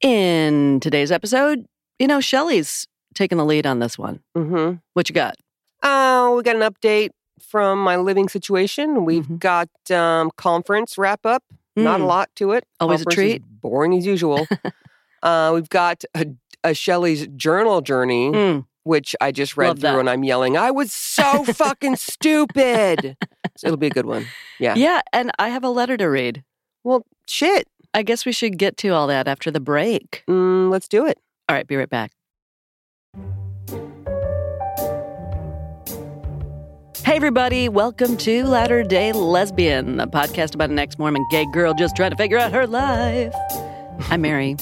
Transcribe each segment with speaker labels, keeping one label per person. Speaker 1: In today's episode, you know, Shelly's taking the lead on this one.
Speaker 2: Mm-hmm.
Speaker 1: What you got?
Speaker 2: Uh, we got an update from my living situation. We've
Speaker 1: Mhm.
Speaker 2: got um, conference wrap up. Not a
Speaker 1: Mm.
Speaker 2: lot to it.
Speaker 1: Always a
Speaker 2: Conference is boring as usual. uh, we've got a, a Shelley's journal journey,
Speaker 1: Mm.
Speaker 2: which I just read
Speaker 1: Love
Speaker 2: through,
Speaker 1: that.
Speaker 2: and I'm yelling, "I was so fucking stupid." So it'll be a good one. Yeah.
Speaker 1: Yeah, and I have a letter to read.
Speaker 2: Well, shit.
Speaker 1: I guess we should get to all that after the break.
Speaker 2: Mm, let's do it.
Speaker 1: All right, be right back. Hey, everybody, welcome to Latter day Lesbian, a podcast about an ex Mormon gay girl just trying to figure out her life. I'm Mary.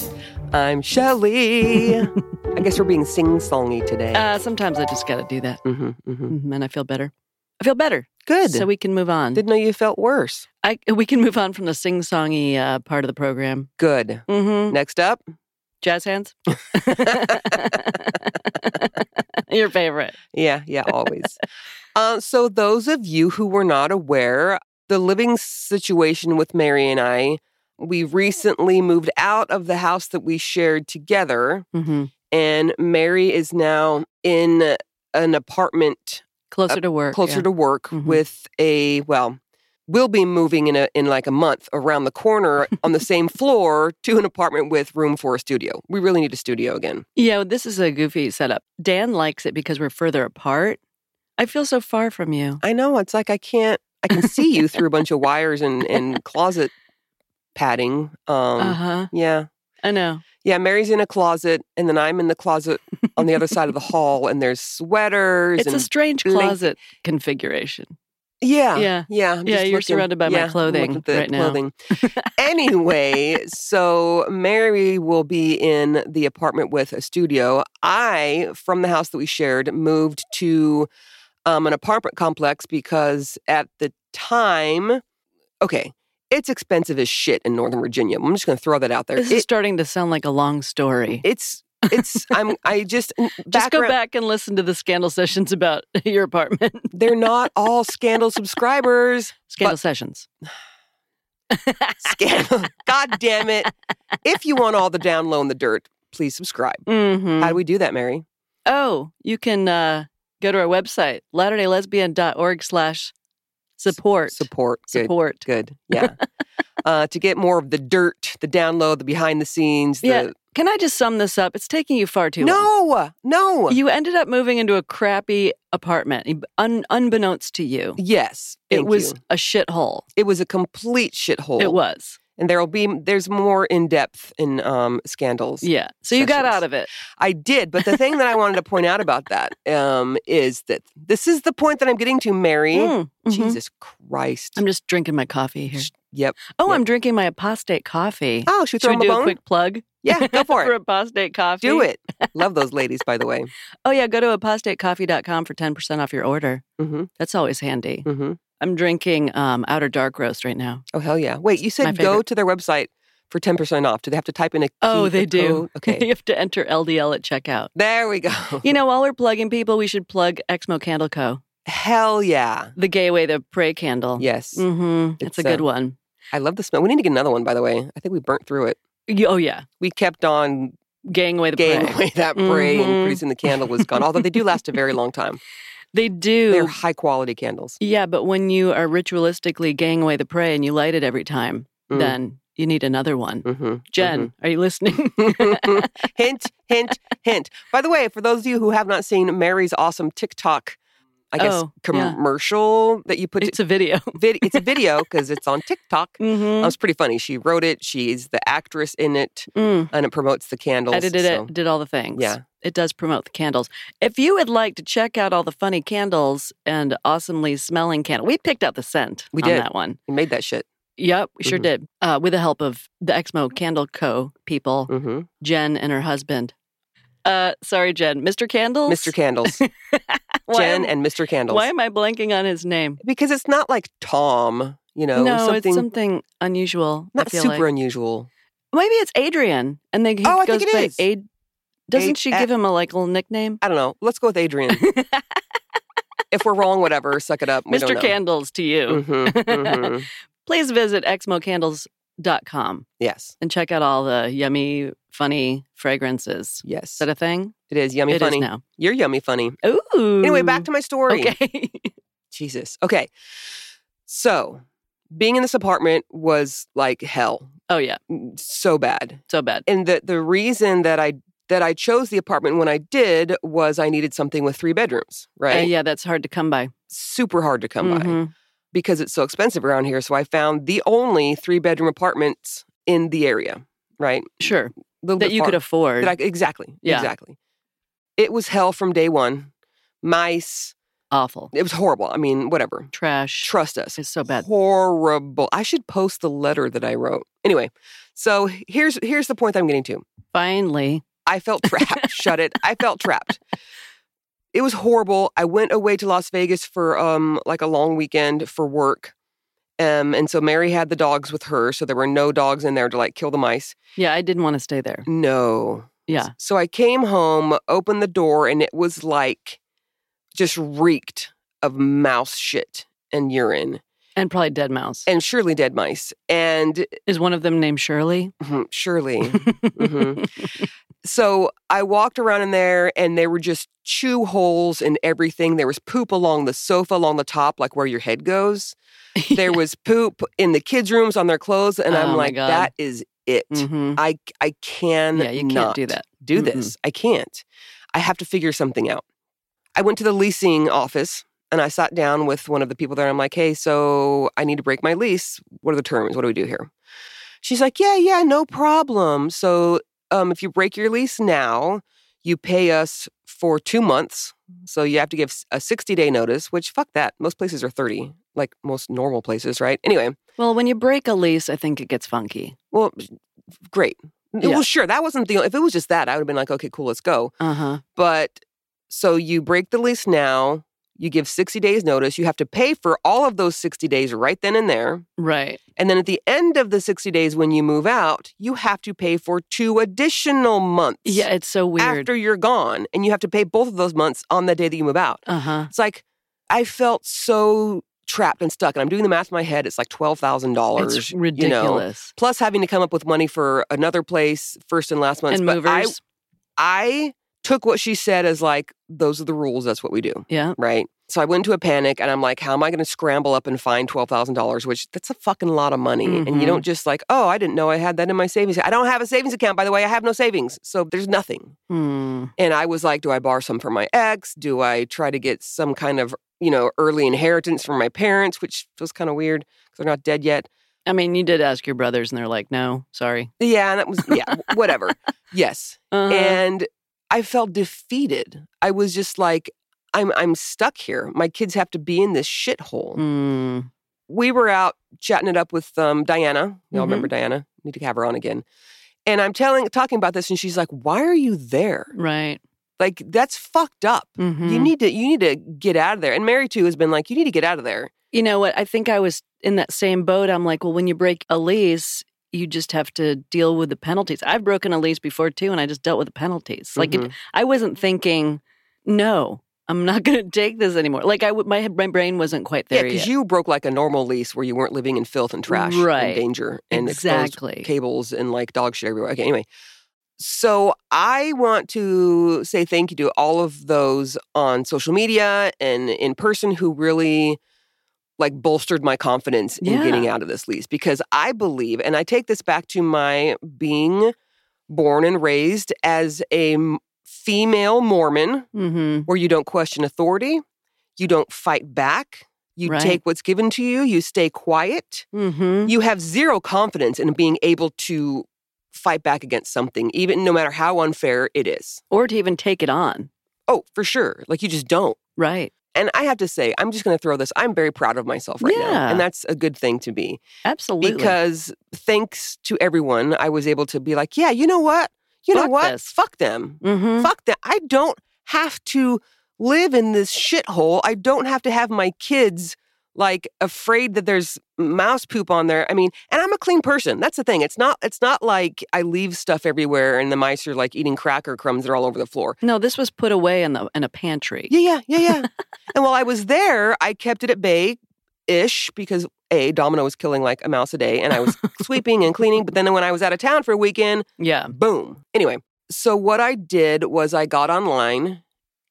Speaker 2: I'm Shelley. I guess we're being sing-songy today.
Speaker 1: Uh, sometimes I just got to do that,
Speaker 2: hmm hmm
Speaker 1: Mhm, and I feel better. I feel better.
Speaker 2: Good.
Speaker 1: So we can move on.
Speaker 2: Didn't know you felt worse.
Speaker 1: I, we can move on from the sing songy uh, part of the program.
Speaker 2: Good.
Speaker 1: Mm-hmm.
Speaker 2: Next up,
Speaker 1: Jazz hands. Your favorite.
Speaker 2: Yeah, yeah, always. uh, so, those of you who were not aware, the living situation with Mary and I, we recently moved out of the house that we shared together,
Speaker 1: Mm-hmm.
Speaker 2: and Mary is now in an apartment
Speaker 1: Closer to work.
Speaker 2: Uh, closer
Speaker 1: yeah.
Speaker 2: to work
Speaker 1: Mhm.
Speaker 2: with a well. We'll be moving in a in like a month around the corner on the same floor to an apartment with room for a studio. We really need a studio again.
Speaker 1: Yeah, well, this is a goofy setup. Dan likes it because we're further apart. I feel so far from you.
Speaker 2: I know. It's like I can't. I can see you through a bunch of wires and and closet padding. Um,
Speaker 1: uh huh.
Speaker 2: Yeah,
Speaker 1: I know.
Speaker 2: yeah. Mary's in a closet, and then I'm in the closet on the other side of the hall, and there's sweaters.
Speaker 1: It's
Speaker 2: and,
Speaker 1: a strange
Speaker 2: blank-
Speaker 1: closet configuration.
Speaker 2: yeah,
Speaker 1: yeah.
Speaker 2: yeah. I'm
Speaker 1: Yeah,
Speaker 2: just
Speaker 1: you're
Speaker 2: looking-
Speaker 1: surrounded by my
Speaker 2: yeah, I'm looking
Speaker 1: clothing
Speaker 2: at the
Speaker 1: right now.
Speaker 2: clothing. anyway, so Mary will be in the apartment with a studio. I, from the house that we shared, moved to um, an apartment complex because at the time, okay, it's expensive as shit in Northern Virginia. I'm just going to throw that out there.
Speaker 1: This is
Speaker 2: It-
Speaker 1: starting to sound like a long story.
Speaker 2: it's it's I'm I just
Speaker 1: Just go
Speaker 2: background-
Speaker 1: back and listen to the scandal sessions about your apartment.
Speaker 2: They're not all Scandal subscribers.
Speaker 1: Scandal sessions.
Speaker 2: Scandal, God damn it! If you want all the down low in the dirt, please subscribe.
Speaker 1: Mm-hmm.
Speaker 2: How do we do that, Mary?
Speaker 1: Oh, you can uh, go to our website, latterdaylesbian.org slash support.
Speaker 2: Support. Good.
Speaker 1: Support.
Speaker 2: Good. Yeah. uh, to get more of the dirt, the download, the behind the scenes. The,
Speaker 1: Yeah, Can I just sum this up? It's taking you far too long.
Speaker 2: No. No.
Speaker 1: You ended up moving into a crappy apartment, un- unbeknownst to you.
Speaker 2: yes.
Speaker 1: It
Speaker 2: thank
Speaker 1: was
Speaker 2: you.
Speaker 1: a shithole.
Speaker 2: It was a complete shithole.
Speaker 1: It was.
Speaker 2: And there'll be there's more in depth in um, scandals.
Speaker 1: Yeah. So you got
Speaker 2: Sessions.
Speaker 1: out of it.
Speaker 2: I did, but the thing that I wanted to point out about that um, is that this is the point that I'm getting to, Mary.
Speaker 1: Mm, mhm.
Speaker 2: Jesus Christ.
Speaker 1: I'm just drinking my coffee here.
Speaker 2: Sh- yep.
Speaker 1: Oh,
Speaker 2: yep.
Speaker 1: I'm drinking my apostate coffee.
Speaker 2: Oh, should we
Speaker 1: Should
Speaker 2: throw
Speaker 1: we
Speaker 2: him a
Speaker 1: do a
Speaker 2: bone?
Speaker 1: quick plug
Speaker 2: yeah, go for
Speaker 1: for
Speaker 2: it.
Speaker 1: apostate coffee?
Speaker 2: Do it. Love those ladies, by the way.
Speaker 1: Oh, yeah. Go to apostatecoffee.com for 10% off your order.
Speaker 2: hmm
Speaker 1: That's always handy.
Speaker 2: hmm
Speaker 1: I'm drinking um, Outer Dark Roast right now.
Speaker 2: Oh hell yeah! Wait, you
Speaker 1: my
Speaker 2: said go
Speaker 1: favorite.
Speaker 2: to their website for ten percent off. Do they have to type in a? Key,
Speaker 1: Oh, they
Speaker 2: a
Speaker 1: do.
Speaker 2: code?
Speaker 1: you
Speaker 2: Okay,
Speaker 1: have to enter LDL at checkout.
Speaker 2: there we go.
Speaker 1: You know, while we're plugging people, we should plug Exmo Candle Co.
Speaker 2: hell yeah!
Speaker 1: The Gateway, the Prey Candle.
Speaker 2: Yes,
Speaker 1: Mm-hmm. It's,
Speaker 2: It's,
Speaker 1: a good
Speaker 2: uh,
Speaker 1: one.
Speaker 2: I love the smell. We need to get another one, by the way. I think we burnt through it.
Speaker 1: Y- Oh, yeah.
Speaker 2: We kept on
Speaker 1: Gang Away the
Speaker 2: getting
Speaker 1: Prey.
Speaker 2: away that bray,
Speaker 1: Mhm.
Speaker 2: and pretty soon the candle was gone. Although they do last a very long time.
Speaker 1: They do.
Speaker 2: They're high quality candles.
Speaker 1: yeah, but when you are ritualistically gang away the prey and you light it every time,
Speaker 2: Mm.
Speaker 1: then you need another one.
Speaker 2: Mm-hmm.
Speaker 1: Jen, are you listening?
Speaker 2: hint, hint, hint. By the way, for those of you who have not seen Mary's awesome TikTok, I guess
Speaker 1: Oh, yeah.
Speaker 2: commercial that you put,
Speaker 1: it's a video.
Speaker 2: to, vid, it's a video because it's on TikTok. It
Speaker 1: Mm-hmm.
Speaker 2: was pretty funny. She wrote it. She's the actress in it,
Speaker 1: Mm.
Speaker 2: and it promotes the candles.
Speaker 1: Edited
Speaker 2: so-
Speaker 1: it, did all the things.
Speaker 2: Yeah.
Speaker 1: It does promote the candles. If you would like to check out all the funny candles and awesomely smelling candle, we picked out the scent
Speaker 2: We
Speaker 1: on
Speaker 2: did.
Speaker 1: that one.
Speaker 2: You made that shit.
Speaker 1: Yep, we sure
Speaker 2: Mhm.
Speaker 1: did. Uh, with the help of the Exmo Candle Co. people,
Speaker 2: hmm
Speaker 1: Jen and her husband. Uh, sorry, Jen, Mr. Candles.
Speaker 2: Mr. Candles,
Speaker 1: Why am-
Speaker 2: Jen and Mr. Candles.
Speaker 1: Why am I blanking on his name?
Speaker 2: Because it's not like Tom, you know, something
Speaker 1: it's something unusual. I
Speaker 2: not
Speaker 1: feel
Speaker 2: super
Speaker 1: like.
Speaker 2: unusual.
Speaker 1: Maybe it's Adrian, and they he
Speaker 2: Oh, I
Speaker 1: goes
Speaker 2: think it
Speaker 1: by
Speaker 2: is.
Speaker 1: Ad- Doesn't
Speaker 2: Ad-
Speaker 1: she
Speaker 2: A-
Speaker 1: give him a like little nickname?
Speaker 2: I don't know. Let's go with Adrian. if we're wrong, whatever. Suck it up. We
Speaker 1: Mr. Candles to you.
Speaker 2: hmm
Speaker 1: Please visit exmocandles.com com
Speaker 2: Yes.
Speaker 1: and check out all the yummy, funny fragrances.
Speaker 2: Yes.
Speaker 1: Is that a thing?
Speaker 2: it is yummy
Speaker 1: It is
Speaker 2: funny.
Speaker 1: now.
Speaker 2: You're yummy funny.
Speaker 1: Ooh.
Speaker 2: Anyway, back to my story.
Speaker 1: Okay.
Speaker 2: Jesus. Okay. So being in this apartment was like hell.
Speaker 1: oh yeah,
Speaker 2: So bad.
Speaker 1: so bad.
Speaker 2: and the the reason that I that I chose the apartment when I did was I needed something with three bedrooms,
Speaker 1: Uh,
Speaker 2: right?
Speaker 1: yeah, that's hard to come by.
Speaker 2: Super hard to come by
Speaker 1: Mhm.
Speaker 2: because it's so expensive around here. So I found the only three bedroom apartments in the area, right?
Speaker 1: Sure,
Speaker 2: Little
Speaker 1: that
Speaker 2: bit
Speaker 1: you could
Speaker 2: far-
Speaker 1: afford.
Speaker 2: that I, exactly,
Speaker 1: Yeah.
Speaker 2: exactly. It was hell from day one. Mice,
Speaker 1: Awful
Speaker 2: it was horrible. I mean, whatever.
Speaker 1: trash.
Speaker 2: Trust us.
Speaker 1: It's so bad.
Speaker 2: Horrible. I should post the letter that I wrote. Anyway, so here's here's the point I'm getting to.
Speaker 1: Finally,
Speaker 2: I felt trapped. Shut it. I felt trapped. It was horrible. I went away to Las Vegas for um like a long weekend for work. Um, and so Mary had the dogs with her, so there were no dogs in there to like kill the mice.
Speaker 1: yeah, I didn't want to stay there.
Speaker 2: No.
Speaker 1: Yeah,
Speaker 2: So I came home, opened the door, and it was like just reeked of mouse shit and urine
Speaker 1: and probably dead mouse.
Speaker 2: and surely dead mice. And
Speaker 1: Is one of them named Shirley?
Speaker 2: Mhm, surely. hmm So I walked around in there and there were just chew holes in everything. There was poop along the sofa, along the top, like where your head goes. There was poop in the kids' rooms on their clothes. And
Speaker 1: Oh,
Speaker 2: I'm
Speaker 1: my
Speaker 2: like,
Speaker 1: God.
Speaker 2: that is it.
Speaker 1: Mhm.
Speaker 2: I, I can
Speaker 1: Yeah, you can't do that.
Speaker 2: do
Speaker 1: Mm-mm.
Speaker 2: this. I can't. I have to figure something out. I went to the leasing office and I sat down with one of the people there. I'm like, hey, so I need to break my lease. What are the terms? What do we do here? She's like, yeah, yeah, no problem. So um, if you break your lease now, you pay us for two months. So you have to give s- a 60 day notice, which fuck that. Most places are 30, like most normal places, right? Anyway,
Speaker 1: Well, when you break a lease, I think it gets funky.
Speaker 2: well, great.
Speaker 1: Yeah.
Speaker 2: Well, sure. That wasn't the. If it was just that, I would have been like, okay, cool, let's go.
Speaker 1: Uh
Speaker 2: Uh-huh.
Speaker 1: huh.
Speaker 2: But so you break the lease now, you give 60 days notice, you have to pay for all of those 60 days right then and there.
Speaker 1: Right.
Speaker 2: And then at the end of the 60 days when you move out, you have to pay for two additional months
Speaker 1: Yeah, it's so weird.
Speaker 2: after you're gone and you have to pay both of those months on the day that you move out.
Speaker 1: Uh huh.
Speaker 2: It's like I felt so trapped and stuck and I'm doing the math in my head it's like $12,000.
Speaker 1: It's
Speaker 2: You know,
Speaker 1: ridiculous.
Speaker 2: plus having to come up with money for another place first and last month.
Speaker 1: and
Speaker 2: but I
Speaker 1: movers.
Speaker 2: I took what she said as like, those are the rules. That's what we do.
Speaker 1: yeah.
Speaker 2: Right. So I went into a panic and I'm like, how am I going to scramble up and find $12,000, which that's a fucking lot of money. And
Speaker 1: Mhm.
Speaker 2: you don't just like, oh, I didn't know I had that in my savings. I don't have a savings account, by the way. I have no savings. So there's nothing.
Speaker 1: Hmm.
Speaker 2: And I was like, do I borrow some from my ex? Do I try to get some kind of, you know, early inheritance from my parents, which feels kind of weird because they're not dead yet.
Speaker 1: I mean, you did ask your brothers, and they're like, "No, sorry."
Speaker 2: Yeah. And that was, yeah, whatever. Yes.
Speaker 1: Uh-huh.
Speaker 2: and I felt defeated. I was just like, I'm I'm stuck here. My kids have to be in this shithole.
Speaker 1: Hmm.
Speaker 2: We were out chatting it up with um, Diana. Y'all
Speaker 1: Mhm.
Speaker 2: remember Diana? Need to have her on again. And I'm telling talking about this, and she's like, "Why are you there?
Speaker 1: right.
Speaker 2: Like that's fucked up.
Speaker 1: Mhm.
Speaker 2: You need to you need to get out of there." And Mary too has been like, "You need to get out of there."
Speaker 1: You know what? I think I was in that same boat. I'm like, well, when you break a lease, you just have to deal with the penalties. I've broken a lease before too, and I just dealt with the penalties. Like, it,
Speaker 2: Mhm.
Speaker 1: I wasn't thinking, no, I'm not going to take this anymore. Like, I would, my my brain wasn't quite
Speaker 2: yeah,
Speaker 1: there
Speaker 2: because
Speaker 1: yet.
Speaker 2: you broke like a normal lease where you weren't living in filth and trash
Speaker 1: Right.
Speaker 2: and danger and exposed
Speaker 1: exactly.
Speaker 2: cables and like dog shit everywhere. Okay, anyway. So I want to say thank you to all of those on social media and in person who really like bolstered my confidence in
Speaker 1: Yeah.
Speaker 2: getting out of this lease because I believe and I take this back to my being born and raised as a m- female Mormon
Speaker 1: Mm-hmm.
Speaker 2: where you don't question authority, you don't fight back, you
Speaker 1: Right.
Speaker 2: take what's given to you, you stay quiet
Speaker 1: Mm-hmm.
Speaker 2: you have zero confidence in being able to fight back against something, even no matter how unfair it is.
Speaker 1: Or to even take it on.
Speaker 2: Oh, for sure. Like you just don't.
Speaker 1: Right.
Speaker 2: And I have to say, I'm just going to throw this. I'm very proud of myself right now.
Speaker 1: Yeah.
Speaker 2: And that's a good thing to be
Speaker 1: Absolutely.
Speaker 2: because thanks to everyone, I was able to be like, yeah, you know what? You know
Speaker 1: Fuck
Speaker 2: what?
Speaker 1: this.
Speaker 2: Fuck them.
Speaker 1: mm-hmm.
Speaker 2: Fuck them. I don't have to live in this shithole. I don't have to have my kids like afraid that there's mouse poop on there. I mean, and I'm a clean person. That's the thing. It's not it's not like I leave stuff everywhere and the mice are like eating cracker crumbs that are all over the floor.
Speaker 1: no, this was put away in the in a pantry.
Speaker 2: Yeah, yeah, yeah, yeah. and while I was there, I kept it at bay ish because A, Domino was killing like a mouse a day, and I was sweeping and cleaning. But then when I was out of town for a weekend,
Speaker 1: Yeah.
Speaker 2: boom. Anyway, so what I did was I got online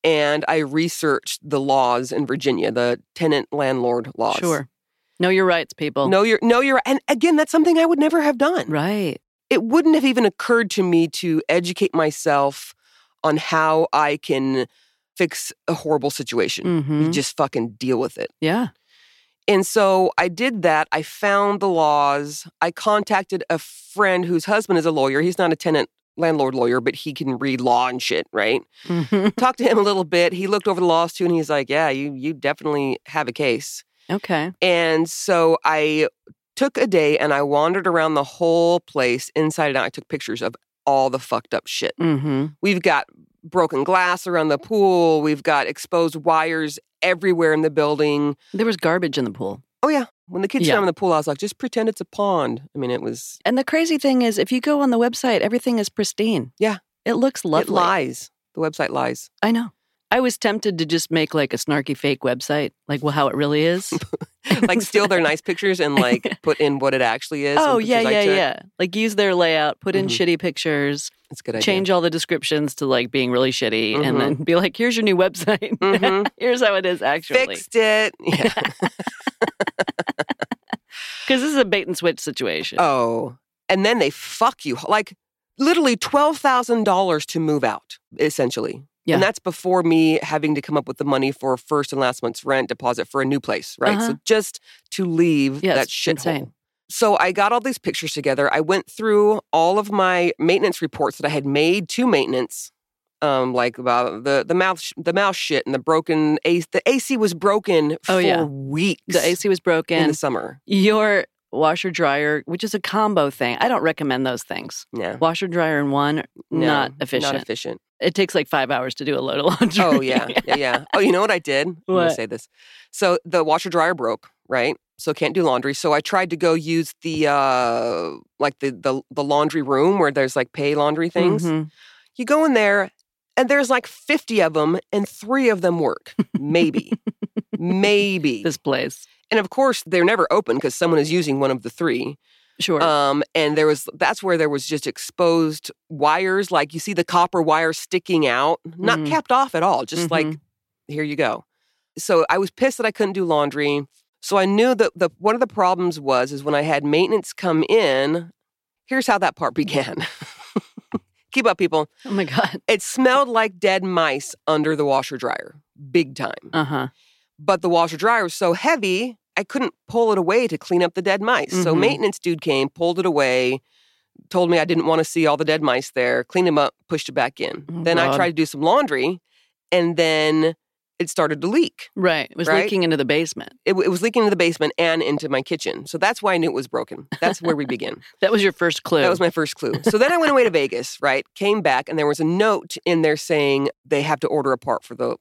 Speaker 2: and I researched the laws in Virginia, the tenant landlord laws.
Speaker 1: Sure. Know your rights, people.
Speaker 2: Know your know your and again, that's something I would never have done.
Speaker 1: Right.
Speaker 2: It wouldn't have even occurred to me to educate myself on how I can fix a horrible situation.
Speaker 1: hmm
Speaker 2: You just fucking deal with it.
Speaker 1: Yeah.
Speaker 2: And so I did that. I found the laws. I contacted a friend whose husband is a lawyer. He's not a tenant landlord lawyer, but he can read law and shit, right?
Speaker 1: Mhm.
Speaker 2: Talked to him a little bit. He looked over the laws too and he's like, Yeah, you you definitely have a case.
Speaker 1: Okay.
Speaker 2: And so I took a day and I wandered around the whole place inside and out. I took pictures of all the fucked up shit.
Speaker 1: hmm
Speaker 2: We've got broken glass around the pool. We've got exposed wires everywhere in the building.
Speaker 1: There was garbage in the pool.
Speaker 2: Oh yeah. When the kids
Speaker 1: Yeah.
Speaker 2: swam in the pool, I was like, just pretend it's a pond. I mean, it was
Speaker 1: And the crazy thing is, if you go on the website, everything is pristine.
Speaker 2: Yeah.
Speaker 1: It looks
Speaker 2: it
Speaker 1: lovely.
Speaker 2: lies. The website lies.
Speaker 1: I know. I was tempted to just make like a snarky fake website, like well, how it really is.
Speaker 2: Like steal their nice pictures and like put in what it actually is. some
Speaker 1: oh yeah,
Speaker 2: pictures I
Speaker 1: yeah,
Speaker 2: took.
Speaker 1: yeah. Like use their layout, put in
Speaker 2: Mhm.
Speaker 1: shitty pictures,
Speaker 2: It's a good idea.
Speaker 1: change all the descriptions to like being really shitty, and
Speaker 2: Mhm.
Speaker 1: then be like, "Here's your new website.
Speaker 2: Mhm.
Speaker 1: Here's how it is actually."
Speaker 2: Fixed it. Yeah.
Speaker 1: Because this is a bait and switch situation.
Speaker 2: oh. And then they fuck you. Like literally twelve thousand dollars to move out, essentially.
Speaker 1: Yeah.
Speaker 2: And that's before me having to come up with the money for first and last month's rent deposit for a new place, right?
Speaker 1: Uh-huh.
Speaker 2: So just to leave
Speaker 1: Yeah,
Speaker 2: that
Speaker 1: it's
Speaker 2: shithole.
Speaker 1: insane.
Speaker 2: So I got all these pictures together. I went through all of my maintenance reports that I had made to maintenance, um, like about the the mouth sh- the mouse shit and the broken AC. The AC was broken
Speaker 1: Oh,
Speaker 2: for
Speaker 1: yeah.
Speaker 2: weeks
Speaker 1: The AC was
Speaker 2: in
Speaker 1: broken.
Speaker 2: the summer.
Speaker 1: Your washer dryer, which is a combo thing. I don't recommend those things.
Speaker 2: Yeah,
Speaker 1: Washer dryer and one,
Speaker 2: Uh-huh. No,
Speaker 1: not efficient.
Speaker 2: Not efficient.
Speaker 1: it takes like five hours to do a load of laundry.
Speaker 2: Oh yeah, yeah, yeah. Oh, you know what I did? I'm gonna
Speaker 1: What?
Speaker 2: say this. So the washer dryer broke, right? So can't do laundry. So I tried to go use the uh like the the, the laundry room where there's like pay laundry things.
Speaker 1: Mhm.
Speaker 2: You go in there, and there's like 50 of them, and three of them work. Maybe. Maybe.
Speaker 1: This place.
Speaker 2: And of course, they're never open because someone is using one of the three.
Speaker 1: Sure.
Speaker 2: Um, and there was that's where there was just exposed wires, like you see the copper wire sticking out, not
Speaker 1: Mhm.
Speaker 2: capped off at all, just like
Speaker 1: Mhm.
Speaker 2: here you go. So I was pissed that I couldn't do laundry. So I knew that the one of the problems was is when I had maintenance come in, here's how that part began. Keep up, people.
Speaker 1: oh my God.
Speaker 2: It smelled like dead mice under the washer dryer, big time.
Speaker 1: Uh huh.
Speaker 2: But the washer dryer was so heavy, I couldn't pull it away to clean up the dead mice. So
Speaker 1: Mhm.
Speaker 2: maintenance dude came, pulled it away, told me I didn't want to see all the dead mice there, cleaned them up, pushed it back in.
Speaker 1: Oh,
Speaker 2: then I
Speaker 1: God.
Speaker 2: tried to do some laundry, and then it started to leak.
Speaker 1: Right. It was
Speaker 2: Right?
Speaker 1: leaking into the basement.
Speaker 2: It, w- it was leaking into the basement and into my kitchen. So that's why I knew it was broken. That's where we begin.
Speaker 1: That was your first clue.
Speaker 2: That was my first clue. So then I went away to Vegas, right? Came back, and there was a note in there saying they have to order a part for the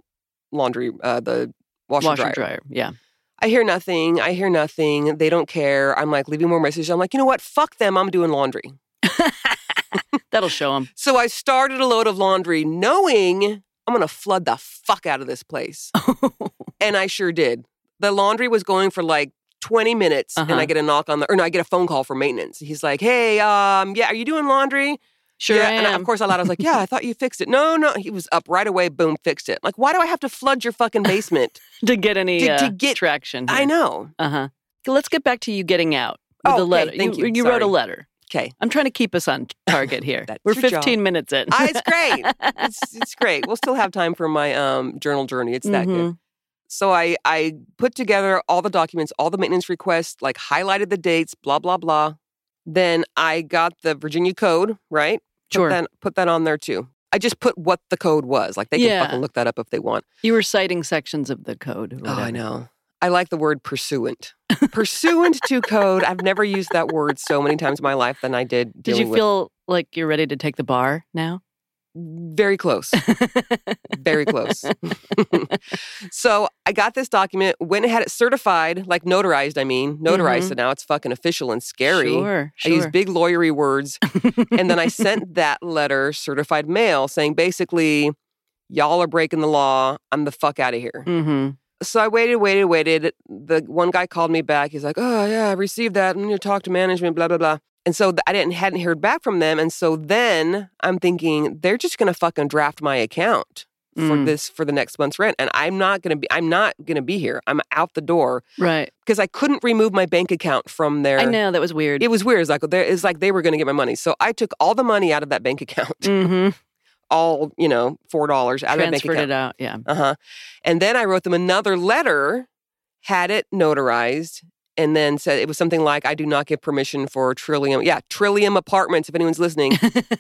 Speaker 2: laundry, uh, the washer,
Speaker 1: washer
Speaker 2: dryer.
Speaker 1: dryer. Yeah.
Speaker 2: I hear nothing. I hear nothing. They don't care. I'm like leaving more messages. I'm like, you know what? Fuck them. I'm doing laundry.
Speaker 1: That'll show them.
Speaker 2: So I started a load of laundry knowing I'm going to flood the fuck out of this place. and I sure did. The laundry was going for like 20 minutes and
Speaker 1: Uh-huh.
Speaker 2: I get a knock on the, or no, I get a phone call from maintenance. He's like, hey, um, yeah, are you doing laundry?
Speaker 1: sure
Speaker 2: yeah,
Speaker 1: am.
Speaker 2: and of course I lied. I was like, "Yeah, I thought you fixed it." No, no, he was up right away. Boom, fixed it. Like, why do I have to flood your fucking basement?
Speaker 1: to get any
Speaker 2: To- to
Speaker 1: uh,
Speaker 2: get-
Speaker 1: traction.
Speaker 2: I know.
Speaker 1: Uh huh. Let's get back to you getting out. With
Speaker 2: Oh,
Speaker 1: the
Speaker 2: okay,
Speaker 1: letter.
Speaker 2: thank you.
Speaker 1: wrote
Speaker 2: Sorry.
Speaker 1: a letter.
Speaker 2: Okay,
Speaker 1: I'm trying to keep us on target here.
Speaker 2: That's
Speaker 1: We're
Speaker 2: your job.
Speaker 1: 15 minutes in.
Speaker 2: Ah, it's great. It's, it's great. We'll still have time for my um, journal journey. It's that good.
Speaker 1: Mhm.
Speaker 2: So I I put together all the documents, all the maintenance requests, like highlighted the dates, blah blah blah. Then I got the Virginia code right.
Speaker 1: Sure.
Speaker 2: Put that, put that on there too. I just put what the code was. Like they
Speaker 1: Yeah.
Speaker 2: can fucking look that up if they want.
Speaker 1: Mm-hmm. You were citing sections of the code. or
Speaker 2: Oh, I
Speaker 1: whatever.
Speaker 2: know. I like the word pursuant. pursuant to code. I've never used that word so many times in my life than I did.
Speaker 1: Did
Speaker 2: dealing
Speaker 1: you feel like you're ready to take the bar now?
Speaker 2: with, very close? Very close. so I got this document, went and had it certified, like notarized. I mean, notarized.
Speaker 1: Mhm.
Speaker 2: So now it's fucking official and scary.
Speaker 1: Sure. sure.
Speaker 2: I use big lawyery words, and then I sent that letter certified mail saying basically, y'all are breaking the law. I'm the fuck out of here.
Speaker 1: hmm
Speaker 2: So I waited, waited, waited. The one guy called me back. He's like, "Oh yeah, I received that. I'm going to talk to management. Blah blah blah." And so th- I didn't hadn't heard back from them. And so then I'm thinking they're just going to fucking draft my account for
Speaker 1: Mm.
Speaker 2: this for the next month's rent, and I'm not going to be. I'm not going to be here. I'm out the door
Speaker 1: Right.
Speaker 2: because I couldn't remove my bank account from their.
Speaker 1: I know that was weird.
Speaker 2: It was weird. It's like there is like they were going to get my money. So I took all the money out of that bank account,
Speaker 1: mm-hmm.
Speaker 2: all you know, four dollars out of that bank
Speaker 1: Transferred
Speaker 2: account.
Speaker 1: it out. Yeah.
Speaker 2: Uh huh. And then I wrote them another letter, had it notarized, and then said it was something like, I do not give permission for Trillium. Yeah, Trillium Apartments, if anyone's listening,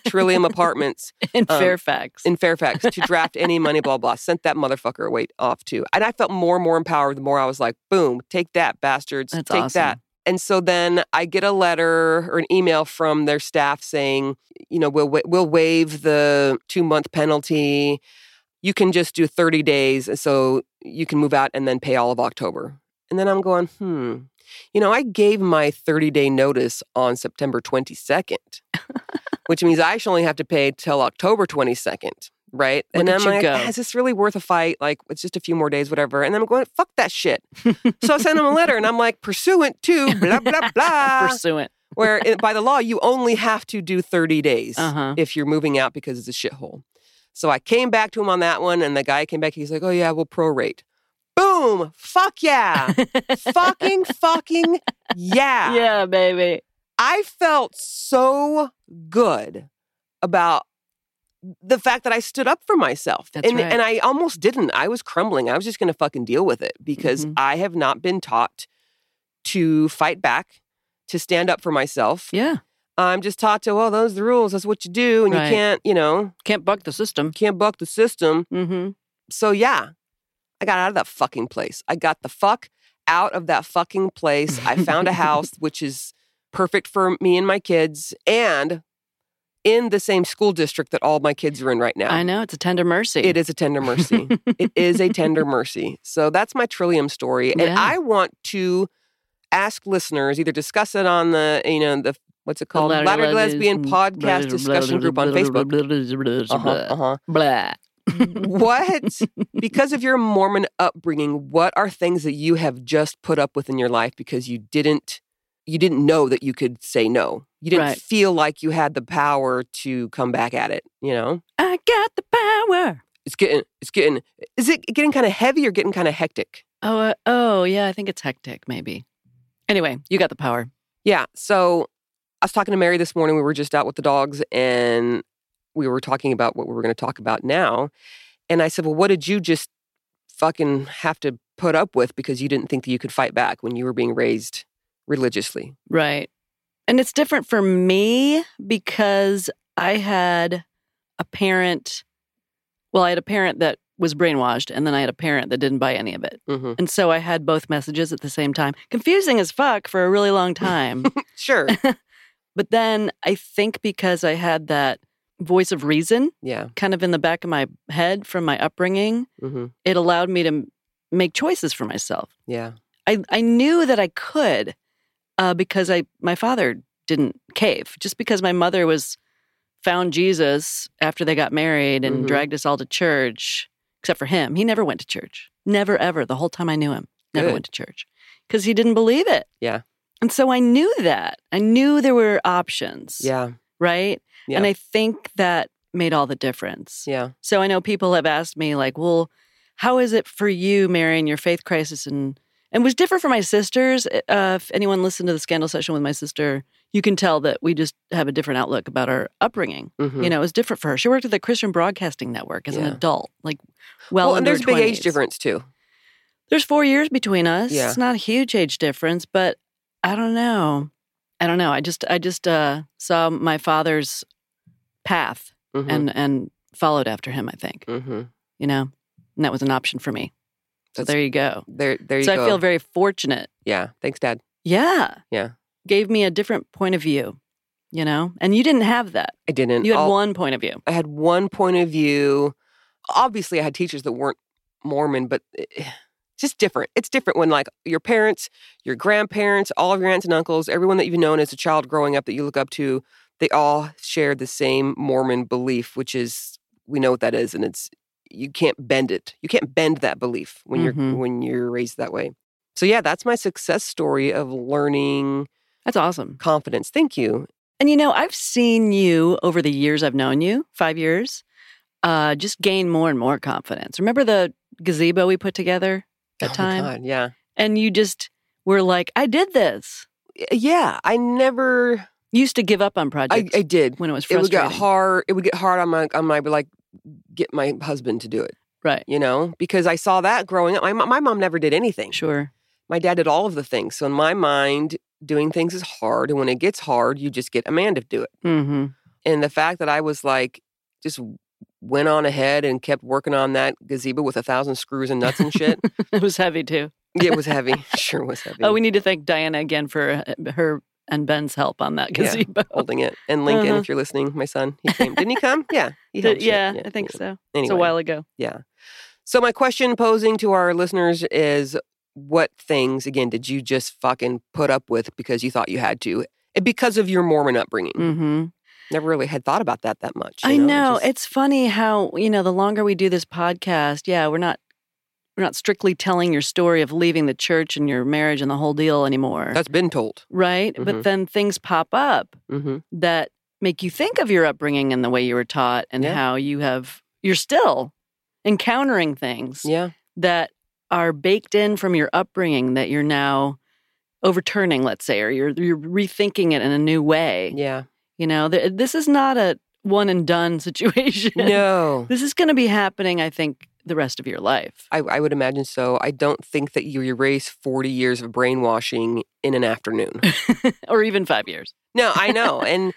Speaker 2: Trillium Apartments
Speaker 1: In
Speaker 2: Um,
Speaker 1: Fairfax.
Speaker 2: in Fairfax to draft any money, blah, blah. Sent that motherfucker away off too. And I felt more and more empowered the more I was like, boom, take that, bastards.
Speaker 1: That's
Speaker 2: take
Speaker 1: awesome.
Speaker 2: that. And so then I get a letter or an email from their staff saying, you know, we'll wa- we'll waive the two month penalty. You can just do thirty days, and so you can move out and then pay all of October. And then I'm going, hmm, you know, I gave my thirty day notice on September twenty second, which means I should only have to pay till October twenty second. Right. and
Speaker 1: Look at
Speaker 2: I'm
Speaker 1: you
Speaker 2: like,
Speaker 1: go.
Speaker 2: "Ah, is this really worth a fight? Like, it's just a few more days, whatever. And I'm going, fuck that shit. So I sent him a letter and I'm like, pursuant to blah, blah, blah.
Speaker 1: Pursuant.
Speaker 2: where it, by the law, you only have to do 30 days
Speaker 1: Uh huh.
Speaker 2: if you're moving out because it's a shithole. So I came back to him on that one and the guy came back. He's like, oh, yeah, we'll prorate. Boom. Fuck yeah. fucking, fucking yeah.
Speaker 1: Yeah, baby.
Speaker 2: I felt so good about the fact that I stood up for myself.
Speaker 1: That's
Speaker 2: and
Speaker 1: right.
Speaker 2: and I almost didn't. I was crumbling. I was just going to fucking deal with it because
Speaker 1: Mhm.
Speaker 2: I have not been taught to fight back, to stand up for myself.
Speaker 1: Yeah.
Speaker 2: I'm just taught to, well, those are the rules. That's what you do and
Speaker 1: Right.
Speaker 2: you can't, you know,
Speaker 1: Can't buck the system.
Speaker 2: can't buck the system.
Speaker 1: Mm-hmm.
Speaker 2: So yeah, I got out of that fucking place. I got the fuck out of that fucking place. I found a house which is perfect for me and my kids and in the same school district that all my kids are in right now.
Speaker 1: I know. It's a tender mercy.
Speaker 2: It is a tender mercy. it is a tender mercy. So that's my Trillium story and
Speaker 1: Yeah.
Speaker 2: I want to ask listeners either discuss it on the you know the what's it called? Ladder Lesbian podcast discussion group on Facebook. Uh-huh, uh-huh.
Speaker 1: Blah.
Speaker 2: what because of your mormon upbringing what are things that you have just put up with in your life because you didn't you didn't know that you could say no you didn't
Speaker 1: Right.
Speaker 2: feel like you had the power to come back at it you know
Speaker 1: I got the power.
Speaker 2: it's getting it's getting is it getting kind of heavy or getting kind of hectic
Speaker 1: Oh, uh, oh, yeah. I think it's hectic, maybe. Anyway, you got the power.
Speaker 2: yeah so i was talking to mary this morning we were just out with the dogs and we were talking about what we were going to talk about now and i said well what did you just fucking have to put up with because you didn't think that you could fight back when you were being raised religiously.
Speaker 1: Right. And it's different for me because I had a parent. Well, I had a parent that was brainwashed, and then I had a parent that didn't buy any of it.
Speaker 2: Mm-hmm.
Speaker 1: And so I had both messages at the same time. Confusing as fuck for a really long time.
Speaker 2: Sure.
Speaker 1: but then I think because I had that voice of reason
Speaker 2: yeah.
Speaker 1: kind of in the back of my head from my upbringing,
Speaker 2: hmm
Speaker 1: it allowed me to m- make choices for myself.
Speaker 2: Yeah.
Speaker 1: I, I knew that I could uh, because I my father didn't cave. Just because my mother was found Jesus after they got married and
Speaker 2: Mhm.
Speaker 1: dragged us all to church, except for him. He never went to church. Never ever. The whole time I knew him, never
Speaker 2: Good.
Speaker 1: went to church because he didn't believe it.
Speaker 2: Yeah.
Speaker 1: And so I knew that. I knew there were options.
Speaker 2: Yeah.
Speaker 1: Right. And
Speaker 2: Yeah.
Speaker 1: I think that made all the difference.
Speaker 2: Yeah.
Speaker 1: So I know people have asked me, like, well, how is it for you, Mary, in your faith crisis? And and it was different for my sisters. Uh, if anyone listened to the scandal session with my sister, you can tell that we just have a different outlook about our upbringing.
Speaker 2: Mm-hmm.
Speaker 1: You know, it was different for her. She worked at the Christian Broadcasting Network as an
Speaker 2: Yeah.
Speaker 1: adult, like well,
Speaker 2: and
Speaker 1: into her
Speaker 2: there's a big age
Speaker 1: 20s.
Speaker 2: difference too.
Speaker 1: There's four years between us.
Speaker 2: Yeah.
Speaker 1: It's not a huge age difference, but I don't know. I don't know. I just I just uh, saw my father's path
Speaker 2: Mm-hmm.
Speaker 1: and and followed after him. I think
Speaker 2: mm-hmm.
Speaker 1: you know, and that was an option for me. So
Speaker 2: That's-
Speaker 1: there you go.
Speaker 2: there, there you
Speaker 1: so
Speaker 2: go.
Speaker 1: I feel very fortunate.
Speaker 2: yeah. Thanks, Dad.
Speaker 1: Yeah.
Speaker 2: Yeah.
Speaker 1: Gave me a different point of view, you know, and you didn't have that.
Speaker 2: I didn't.
Speaker 1: You had
Speaker 2: I'll-
Speaker 1: one point of view.
Speaker 2: I had one point of view. Obviously, I had teachers that weren't Mormon, but eh, just different. It's different when, like, your parents, your grandparents, all of your aunts and uncles, everyone that you've known as a child growing up that you look up to, they all share the same Mormon belief, which is we know what that is, and it's you can't bend it. You can't bend that belief when you're
Speaker 1: Mhm.
Speaker 2: when you're raised that way. So yeah, that's my success story of learning
Speaker 1: That's awesome.
Speaker 2: confidence. Thank you.
Speaker 1: And you know, I've seen you over the years I've known you, five years, uh, just gain more and more confidence. Remember the gazebo we put together that
Speaker 2: Oh my
Speaker 1: time?
Speaker 2: God, yeah.
Speaker 1: And you just were like, I did this.
Speaker 2: Y- Eh, Yeah, I never
Speaker 1: You used to give up on
Speaker 2: I,
Speaker 1: projects
Speaker 2: I did.
Speaker 1: when it was
Speaker 2: It would
Speaker 1: frustrating.
Speaker 2: get hard it would get hard on my on my like get my husband to do it,
Speaker 1: Right.
Speaker 2: you know? Because I saw that growing up. My mo- my mom never did anything.
Speaker 1: Sure.
Speaker 2: My dad did all of the things. So in my mind, doing things is hard and when it gets hard, you just get Amanda to do it.
Speaker 1: Mm-hmm.
Speaker 2: and the fact that I was like just went on ahead and kept working on that gazebo with a thousand screws and nuts and shit.
Speaker 1: It was heavy too.
Speaker 2: it was heavy. Sure was heavy.
Speaker 1: Oh, we need to thank Diana again for uh, her and Ben's help on that
Speaker 2: Yeah. Oh,
Speaker 1: gazebo.
Speaker 2: holding it. And Lincoln,
Speaker 1: Uh-huh.
Speaker 2: if you're listening, my son, he came. Didn't he come? Yeah. He helped shit.
Speaker 1: yeah, I think so. It's
Speaker 2: Anyway,
Speaker 1: a while ago.
Speaker 2: Yeah. So my question posing to our listeners is what things again did you just fucking put up with because you thought you had to? And Because of your Mormon upbringing.
Speaker 1: Mm-hmm.
Speaker 2: Never really had thought about that that much. you
Speaker 1: I know.
Speaker 2: just-
Speaker 1: It's funny how, you know, the longer we do this podcast, yeah, we're not we're not strictly telling your story of leaving the church and your marriage and the whole deal anymore.
Speaker 2: that's been told.
Speaker 1: right?
Speaker 2: Mhm.
Speaker 1: But then things pop up
Speaker 2: hmm
Speaker 1: that make you think of your upbringing and the way you were taught and
Speaker 2: Yeah.
Speaker 1: how you have you're still encountering things
Speaker 2: Yeah.
Speaker 1: that are baked in from your upbringing that you're now overturning, let's say, or you're you're rethinking it in a new way.
Speaker 2: Yeah.
Speaker 1: You know, Th- this is not a one and done situation.
Speaker 2: No.
Speaker 1: This is going to be happening, I think, the rest of your life.
Speaker 2: I, I would imagine so. I don't think that you erase 40 years of brainwashing in an afternoon.
Speaker 1: or even five years.
Speaker 2: no, I know. And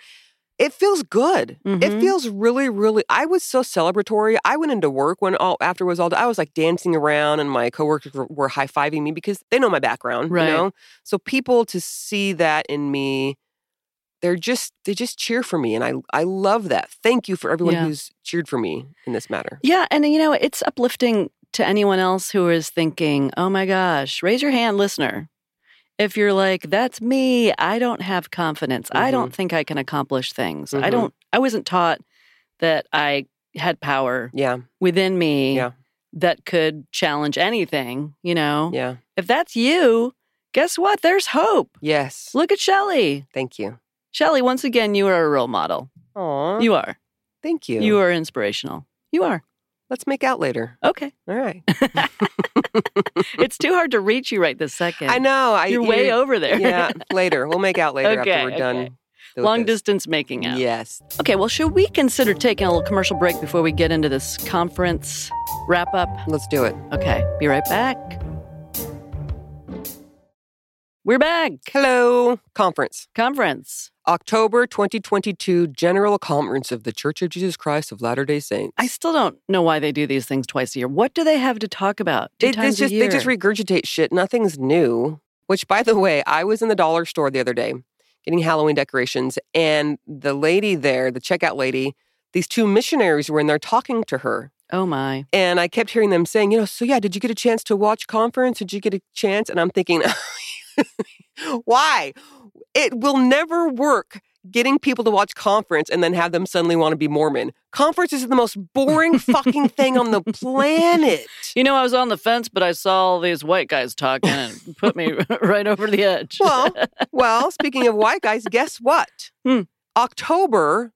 Speaker 2: it feels good. It
Speaker 1: Mhm.
Speaker 2: feels really, really. I was so celebratory. I went into work when all after was all done. I was like dancing around, and my coworkers were, were high fiving me because they know my background,
Speaker 1: Right.
Speaker 2: you know. So people to see that in me, they're just they just cheer for me, and I I love that. Thank you for everyone
Speaker 1: Yeah.
Speaker 2: who's cheered for me in this matter.
Speaker 1: Yeah. And, you know, it's uplifting to anyone else who is thinking, oh my gosh, raise your hand, listener. If you're like, that's me, I don't have confidence. I
Speaker 2: Mm-hmm.
Speaker 1: don't think I can accomplish things. I
Speaker 2: Mhm.
Speaker 1: don't, I wasn't taught that I had power
Speaker 2: Yeah,
Speaker 1: within me
Speaker 2: Yeah.
Speaker 1: that could challenge anything, you know?
Speaker 2: yeah,
Speaker 1: If that's you, guess what? There's hope.
Speaker 2: yes.
Speaker 1: Look at Shelly.
Speaker 2: Thank you.
Speaker 1: Shelly, once again, you are a role model.
Speaker 2: Aw,
Speaker 1: You are.
Speaker 2: thank you.
Speaker 1: You are inspirational. You are.
Speaker 2: Let's make out later.
Speaker 1: Okay.
Speaker 2: All right.
Speaker 1: it's too hard to reach you right this second.
Speaker 2: I know. I,
Speaker 1: You're way over there.
Speaker 2: yeah, later. We'll make out later
Speaker 1: Okay,
Speaker 2: after we're
Speaker 1: okay.
Speaker 2: done. with
Speaker 1: Long
Speaker 2: this.
Speaker 1: distance making out.
Speaker 2: Yes.
Speaker 1: Okay, well, should we consider taking a little commercial break before we get into this conference wrap up?
Speaker 2: Let's do it.
Speaker 1: Okay, be right back. We're back.
Speaker 2: Hello. Conference.
Speaker 1: Conference.
Speaker 2: October 2022 General Conference of the Church of Jesus Christ of Latter day Saints.
Speaker 1: I still don't know why they do these things twice a year. What do they have to talk about? Two
Speaker 2: They- they
Speaker 1: times
Speaker 2: just,
Speaker 1: a year.
Speaker 2: They just regurgitate shit. Nothing's new. Which, by the way, I was in the dollar store the other day getting Halloween decorations, and the lady there, the checkout lady, these two missionaries were in there talking to her.
Speaker 1: oh my.
Speaker 2: And I kept hearing them saying, you know, so yeah, did you get a chance to watch conference? Did you get a chance? And I'm thinking, why? It will never work getting people to watch conference and then have them suddenly want to be Mormon. Conference is the most boring fucking thing on the planet.
Speaker 1: You know, I was on the fence, but I saw all these white guys talking and it put me right over the edge.
Speaker 2: Well, well, speaking of white guys, guess what?
Speaker 1: Hmm.
Speaker 2: October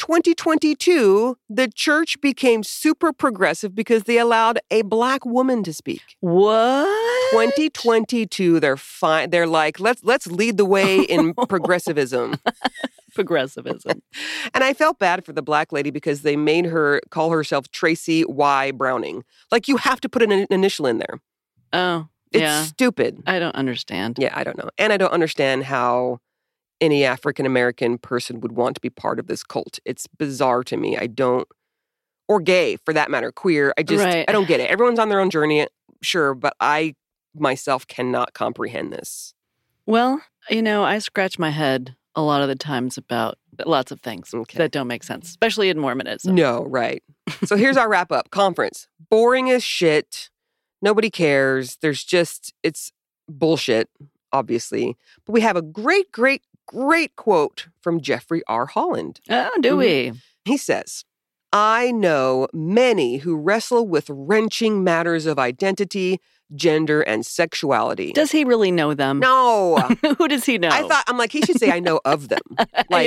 Speaker 2: 2022, the church became super progressive because they allowed a black woman to speak.
Speaker 1: what?
Speaker 2: 2022 they're fine they're like let's let's lead the way in progressivism
Speaker 1: progressivism.
Speaker 2: and i felt bad for the black lady because they made her call herself tracy y browning like you have to put an in- initial in there
Speaker 1: Oh,
Speaker 2: it's
Speaker 1: yeah.
Speaker 2: stupid
Speaker 1: I don't understand.
Speaker 2: yeah i don't know and i don't understand how any african american person would want to be part of this cult it's bizarre to me i don't or gay for that matter queer i just
Speaker 1: Right.
Speaker 2: i don't get it everyone's on their own journey sure but i myself cannot comprehend this
Speaker 1: Well, you know, I scratch my head a lot of the times about lots of things
Speaker 2: Okay.
Speaker 1: that don't make sense, especially in Mormonism.
Speaker 2: No, right. So here's our wrap up conference. Boring as shit. Nobody cares. There's just, it's bullshit, obviously. But we have a great, great, great quote from Jeffrey R. Holland.
Speaker 1: Oh, do
Speaker 2: Mhm.
Speaker 1: we?
Speaker 2: He says, I know many who wrestle with wrenching matters of identity, gender, and sexuality.
Speaker 1: Does he really know them?
Speaker 2: no.
Speaker 1: Who does he know?
Speaker 2: I thought I'm like he should say I know of them. Like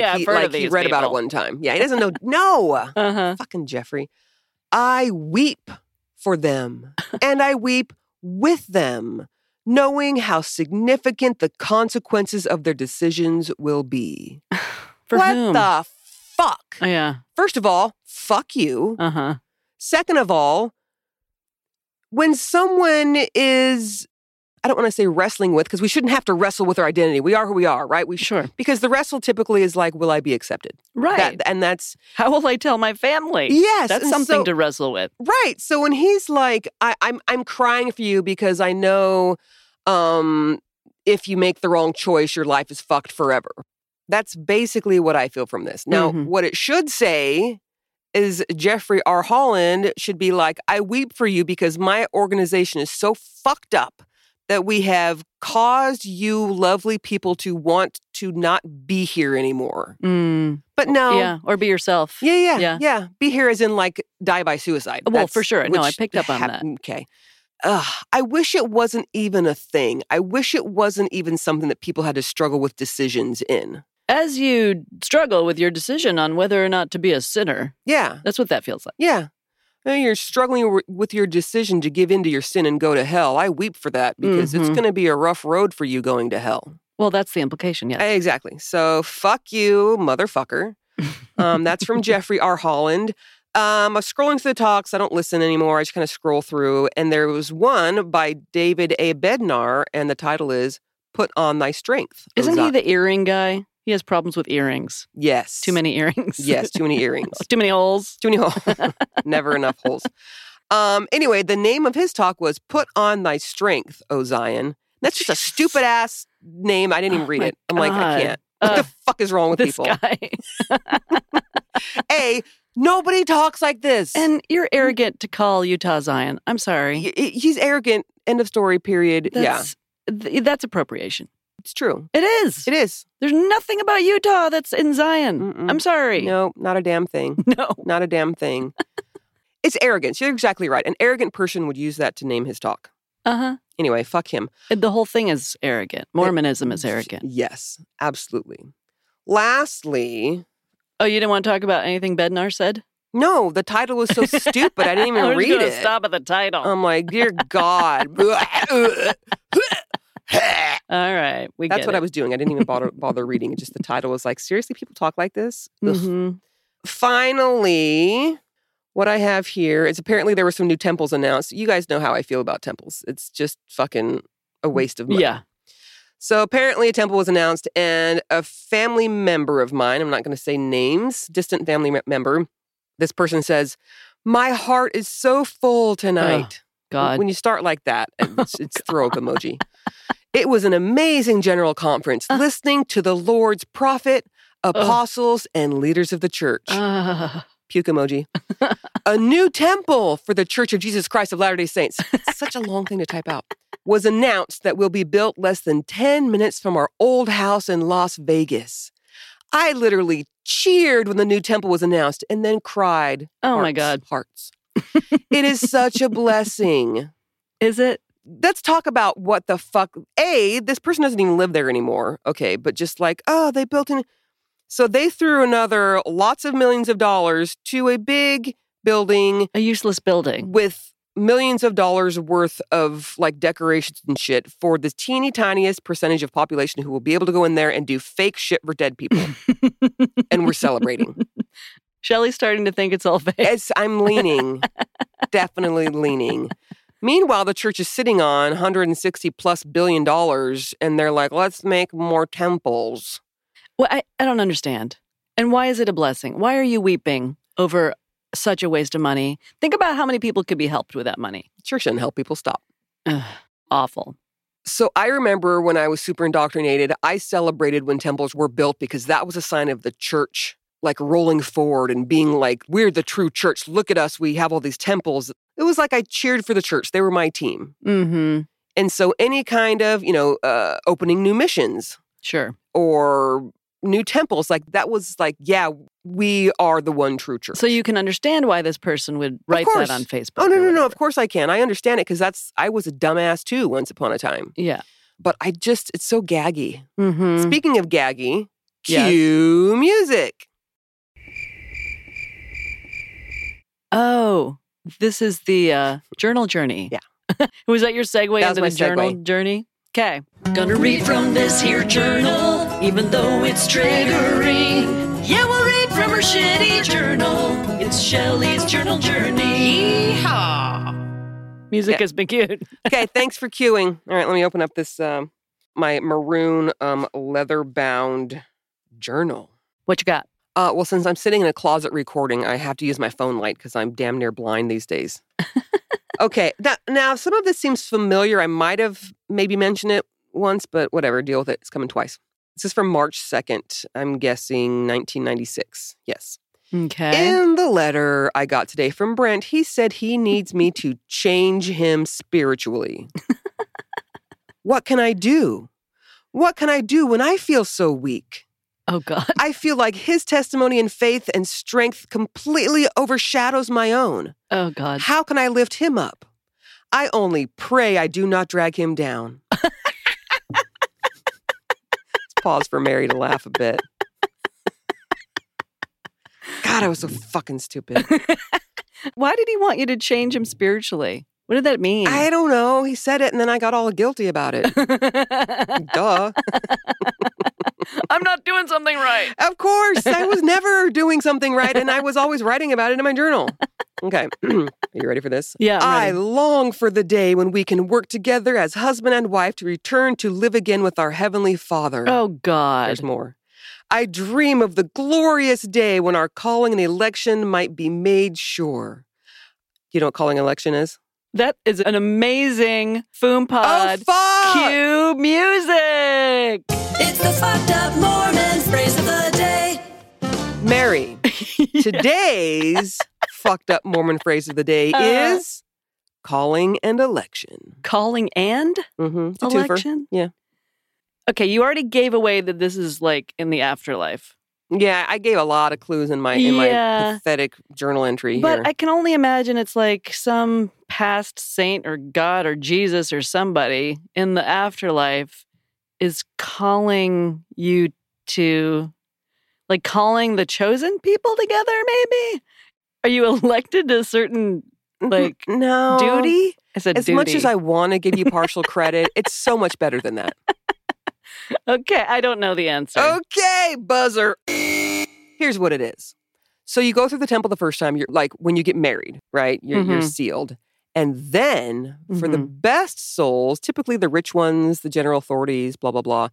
Speaker 1: Yeah, I've
Speaker 2: he,
Speaker 1: heard of
Speaker 2: like he
Speaker 1: these
Speaker 2: read about it
Speaker 1: people.
Speaker 2: one time. Yeah, he doesn't know. No,
Speaker 1: Uh-huh.
Speaker 2: fucking Jeffrey. I weep for them, and I weep with them, knowing how significant the consequences of their decisions will be.
Speaker 1: For
Speaker 2: what
Speaker 1: whom?
Speaker 2: the fuck?
Speaker 1: Oh, yeah.
Speaker 2: First of all, fuck you.
Speaker 1: Uh huh.
Speaker 2: Second of all, when someone is, I don't want to say wrestling with, because we shouldn't have to wrestle with our identity. We are who we are, right? We sh-
Speaker 1: Sure.
Speaker 2: because the wrestle typically is like, will I be accepted?
Speaker 1: Right.
Speaker 2: That, and that's
Speaker 1: How will I tell my family?
Speaker 2: yes,
Speaker 1: That's
Speaker 2: and
Speaker 1: something
Speaker 2: so-
Speaker 1: to wrestle with.
Speaker 2: right. So when he's like, I, I'm I'm crying for you because I know, um, if you make the wrong choice, your life is fucked forever. That's basically what I feel from this. Now,
Speaker 1: Mhm.
Speaker 2: what it should say is Jeffrey R. Holland should be like, I weep for you because my organization is so fucked up that we have caused you lovely people to want to not be here anymore.
Speaker 1: Mm,
Speaker 2: But no,
Speaker 1: Yeah. Or be yourself.
Speaker 2: Oh. yeah, yeah, yeah,
Speaker 1: Yeah.
Speaker 2: Be here as in like die by suicide.
Speaker 1: Well, for sure. No, I
Speaker 2: which
Speaker 1: picked up on
Speaker 2: hap- Okay. Ugh, I wish it wasn't even a thing. I wish it wasn't even something that people had to struggle with decisions in.
Speaker 1: As you struggle with your decision on whether or not to be a sinner,
Speaker 2: Yeah,
Speaker 1: that's what that feels like.
Speaker 2: yeah. Uh, You're struggling w- with your decision to give in to your sin and go to hell. I weep for that because it's
Speaker 1: Mhm.
Speaker 2: going to be a rough road for you going to hell.
Speaker 1: Well, that's the implication. Yes.
Speaker 2: Exactly. So fuck you, motherfucker. Um, that's from Jeffrey R. Holland. Um, I'm scrolling through the talks. I don't listen anymore. I just kind of scroll through. And there was one by David A. Bednar, and the title is Put On Thy Strength.
Speaker 1: Isn't he
Speaker 2: Ozan."
Speaker 1: the earring guy? He has problems with earrings.
Speaker 2: Yes.
Speaker 1: Too many earrings.
Speaker 2: Yes, too many earrings.
Speaker 1: Too many holes.
Speaker 2: too many holes. Never enough holes. Um, anyway, the name of his talk was Put On Thy Strength, O Zion. That's just a
Speaker 1: Jesus.
Speaker 2: stupid ass name. I didn't even
Speaker 1: Oh
Speaker 2: read
Speaker 1: my
Speaker 2: it. I'm like, I
Speaker 1: God.
Speaker 2: can't. What
Speaker 1: Uh,
Speaker 2: the fuck is wrong with
Speaker 1: this
Speaker 2: people?
Speaker 1: guy.
Speaker 2: A, nobody talks like this.
Speaker 1: And you're arrogant to call Utah Zion. I'm sorry.
Speaker 2: Y- y- he's arrogant. End of story, period. yeah,
Speaker 1: That's, th- that's appropriation.
Speaker 2: it's true.
Speaker 1: It is.
Speaker 2: It is.
Speaker 1: There's nothing about Utah that's in Zion.
Speaker 2: Mm-mm.
Speaker 1: I'm sorry.
Speaker 2: No, not a damn thing.
Speaker 1: No.
Speaker 2: Not a damn thing. it's arrogance. You're exactly right. An arrogant person would use that to name his talk.
Speaker 1: Uh huh.
Speaker 2: Anyway, fuck him.
Speaker 1: The whole thing is arrogant. Mormonism is arrogant.
Speaker 2: Yes, absolutely. Lastly,
Speaker 1: Oh, you didn't want to talk about anything Bednar said?
Speaker 2: no, the title was so stupid. I didn't
Speaker 1: I
Speaker 2: even
Speaker 1: was
Speaker 2: read
Speaker 1: gonna
Speaker 2: it. Um,
Speaker 1: Stop at the title.
Speaker 2: I'm like, dear God.
Speaker 1: All right, we
Speaker 2: That's
Speaker 1: get
Speaker 2: what I
Speaker 1: it.
Speaker 2: was doing. I didn't even bother bother reading it. Just the title was like, seriously, people talk like this? Ugh.
Speaker 1: Mhm.
Speaker 2: finally, what I have here is apparently there were some new temples announced. You guys know how I feel about temples. It's just fucking a waste of money.
Speaker 1: Mm, Yeah.
Speaker 2: So apparently a temple was announced and a family member of mine, I'm not going to say names, distant family me- member. This person says, "My heart is so full tonight."
Speaker 1: God. Oh,
Speaker 2: When you start like that, it's, it's throw up emoji. It was an amazing general conference
Speaker 1: Uh.
Speaker 2: listening to the Lord's prophet, apostles, and leaders of the church
Speaker 1: Ah.
Speaker 2: puke emoji. a new temple for the Church of Jesus Christ of Latter day Saints. It's such a long thing to type out. Was announced that will be built less than 10 minutes from our old house in Las Vegas. I literally cheered when the new temple was announced and then cried.
Speaker 1: oh my
Speaker 2: Hearts,
Speaker 1: God.
Speaker 2: Hearts. it is such a blessing.
Speaker 1: Is it?
Speaker 2: Let's talk about what the fuck. A, this person doesn't even live there anymore. Okay, but just like, oh, they built in. So they threw another lots of millions of dollars to a big building
Speaker 1: A useless building.
Speaker 2: with millions of dollars worth of like decorations and shit for the teeny tiniest percentage of population who will be able to go in there and do fake shit for dead people. and we're celebrating.
Speaker 1: Shelley's starting to think it's all fake.
Speaker 2: As I'm leaning, definitely leaning. Meanwhile, the church is sitting on 160 plus billion dollars, and they're like, let's make more temples.
Speaker 1: Well, I, I don't understand. And why is it a blessing? Why are you weeping over such a waste of money? Think about how many people could be helped with that money.
Speaker 2: Church doesn't help people stop.
Speaker 1: Ugh, awful.
Speaker 2: So I remember when I was super indoctrinated, I celebrated when temples were built because that was a sign of the church like rolling forward and being like, we're the true church. Look at us. We have all these temples. It was like I cheered for the church. They were my team.
Speaker 1: Mm-hmm.
Speaker 2: And so any kind of, you know, uh, opening new missions
Speaker 1: Sure.
Speaker 2: or new temples. Like that was like, yeah, we are the one true church.
Speaker 1: So you can understand why this person would write
Speaker 2: course.
Speaker 1: that on Facebook.
Speaker 2: oh
Speaker 1: or
Speaker 2: no, no, no.
Speaker 1: whatever.
Speaker 2: Of course I can. I understand it because that's I was a dumbass too once upon a time.
Speaker 1: Yeah.
Speaker 2: But I just it's so gaggy.
Speaker 1: Mm-hmm.
Speaker 2: Speaking of gaggy,
Speaker 1: Yes.
Speaker 2: cue music.
Speaker 1: Oh, this is the uh, journal journey.
Speaker 2: Yeah.
Speaker 1: Was that your segue
Speaker 2: That was
Speaker 1: into
Speaker 2: my
Speaker 1: the journal journey? Okay. Gonna read from this here journal, even though it's triggering. Yeah, we'll read from her shitty journal. It's Shelley's journal journey. Yeehaw. Music
Speaker 2: Yeah.
Speaker 1: has been cute.
Speaker 2: Okay, thanks for queuing. All right, let me open up this um my maroon um leather bound journal.
Speaker 1: What you got?
Speaker 2: Uh, well, since I'm sitting in a closet recording, I have to use my phone light because I'm damn near blind these days. okay, that, now some of this seems familiar. I might have maybe mentioned it once, but whatever, deal with it. It's coming twice. This is from March 2nd, I'm guessing 1996. Yes.
Speaker 1: Okay.
Speaker 2: In the letter I got today from Brent, he said he needs me to change him spiritually. what can I do? What can I do when I feel so weak?
Speaker 1: oh, God.
Speaker 2: I feel like his testimony and faith and strength completely overshadows my own.
Speaker 1: Oh, God.
Speaker 2: How can I lift him up? I only pray I do not drag him down. Let's pause for Mary to laugh a bit. God, I was so fucking stupid.
Speaker 1: Why did he want you to change him spiritually? What did that mean?
Speaker 2: I don't know. He said it and then I got all guilty about it. Duh.
Speaker 1: I'm not doing something right.
Speaker 2: Of course. I was never doing something right and I was always writing about it in my journal. Okay. Are you ready for this?
Speaker 1: Yeah. I'm
Speaker 2: I
Speaker 1: ready.
Speaker 2: long for the day when we can work together as husband and wife to return to live again with our Heavenly Father.
Speaker 1: Oh, God.
Speaker 2: There's more. I dream of the glorious day when our calling and election might be made sure. You know what calling election is?
Speaker 1: That is an amazing Foom Pod
Speaker 2: oh, fuck!
Speaker 1: cue music.
Speaker 3: It's the fucked up Mormon phrase of the day.
Speaker 2: Mary, today's fucked up Mormon phrase of the day
Speaker 1: Uh.
Speaker 2: is calling and election.
Speaker 1: Calling and
Speaker 2: Mm-hmm. It's a twofer.
Speaker 1: election?
Speaker 2: Yeah.
Speaker 1: Okay, you already gave away that this is like in the afterlife.
Speaker 2: Yeah, I gave a lot of clues in my in my
Speaker 1: Yeah.
Speaker 2: pathetic journal entry here.
Speaker 1: But I can only imagine it's like some past saint or God or Jesus or somebody in the afterlife is calling you to, like, calling the chosen people together, maybe? Are you elected to a certain like,
Speaker 2: Mm-hmm. no
Speaker 1: duty? I said
Speaker 2: As much as
Speaker 1: duty.
Speaker 2: I want to give you partial credit, it's so much better than that.
Speaker 1: Okay, I don't know the answer.
Speaker 2: Okay, buzzer. Here's what it is. So you go through the temple the first time. You're like when you get married, right? You're, you're
Speaker 1: Mhm.
Speaker 2: sealed, and then for the
Speaker 1: Mm-hmm.
Speaker 2: best souls, typically the rich ones, the general authorities, blah blah blah,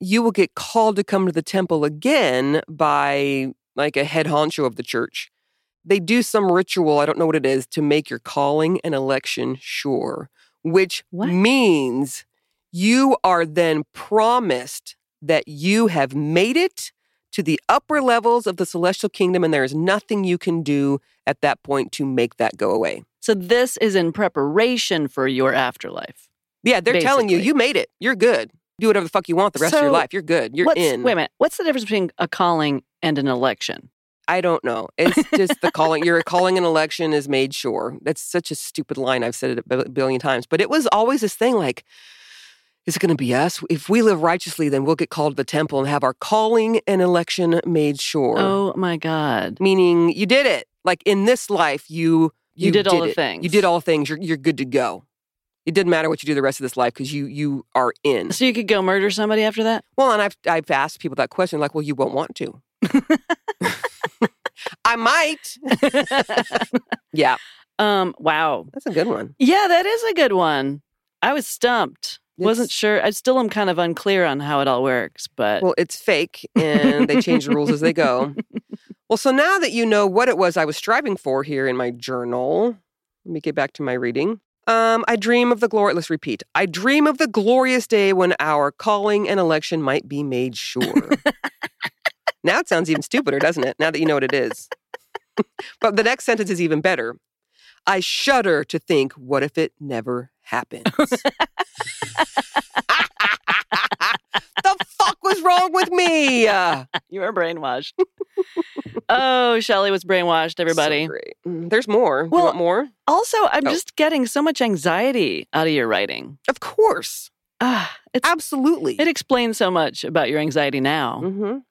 Speaker 2: you will get called to come to the temple again by like a head honcho of the church. They do some ritual, I don't know what it is, to make your calling and election sure, which
Speaker 1: What?
Speaker 2: means you are then promised that you have made it to the upper levels of the celestial kingdom and there is nothing you can do at that point to make that go away.
Speaker 1: So this is in preparation for your afterlife.
Speaker 2: Yeah, they're telling you
Speaker 1: Basically.
Speaker 2: you made it. You're good. Do whatever the fuck you want the rest of your
Speaker 1: So,
Speaker 2: life. You're good. You're
Speaker 1: What's,
Speaker 2: in.
Speaker 1: Wait a minute. What's the difference between a calling and an election?
Speaker 2: I don't know. It's just the calling. You're calling an election is made sure. That's such a stupid line. I've said it a b- billion times, but it was always this thing like, is it going to be us? If we live righteously, then we'll get called to the temple and have our calling and election made sure.
Speaker 1: Oh my God.
Speaker 2: Meaning you did it. Like in this life, you you,
Speaker 1: You did all the
Speaker 2: it.
Speaker 1: things.
Speaker 2: You did all things. You're you're good to go. It didn't matter what you do the rest of this life because you you are in.
Speaker 1: So you could go murder somebody after that?
Speaker 2: Well, and I've I've asked people that question, like, well, you won't want to. I might. Yeah,
Speaker 1: um, wow.
Speaker 2: that's a good one.
Speaker 1: Yeah, that is a good one. I was stumped. Wasn't
Speaker 2: It's-
Speaker 1: sure. I still am kind of unclear on how it all works, but
Speaker 2: Well, it's fake, and they change the rules as they go. Well, so now that you know what it was I was striving for here in my journal, let me get back to my reading. Um, I dream of the glory. Let's repeat. I dream of the glorious day when our calling and election might be made sure. now it sounds even stupider, doesn't it? Now that you know what it is. but the next sentence is even better. I shudder to think, what if it never happens? the fuck was wrong with me? Uh,
Speaker 1: You were brainwashed. oh, Shelley was brainwashed, everybody.
Speaker 2: so great. Mm, There's more. You
Speaker 1: Well-
Speaker 2: want more?
Speaker 1: Also, I'm
Speaker 2: Oh.
Speaker 1: just getting so much anxiety out of your writing.
Speaker 2: Of course.
Speaker 1: Ah, it's,
Speaker 2: Absolutely.
Speaker 1: it explains so much about your anxiety now.
Speaker 2: hmm
Speaker 1: You're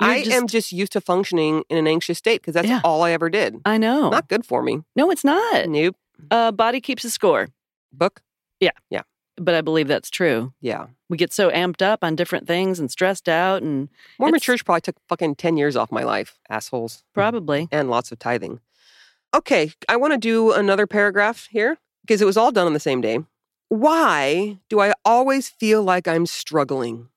Speaker 2: I am just used to functioning in an anxious state because that's
Speaker 1: Yeah.
Speaker 2: all I ever did.
Speaker 1: I know.
Speaker 2: Not Mm. good for me.
Speaker 1: no, it's not.
Speaker 2: Nope.
Speaker 1: Uh, body keeps a score,
Speaker 2: Book?
Speaker 1: but I believe that's true.
Speaker 2: Yeah.
Speaker 1: We get so amped up on different things and stressed out, and
Speaker 2: Mormon
Speaker 1: It's-
Speaker 2: church probably took fucking 10 years off my life. Assholes.
Speaker 1: probably.
Speaker 2: And lots of tithing. Okay. I want to do another paragraph here because it was all done on the same day. Why do I always feel like I'm struggling?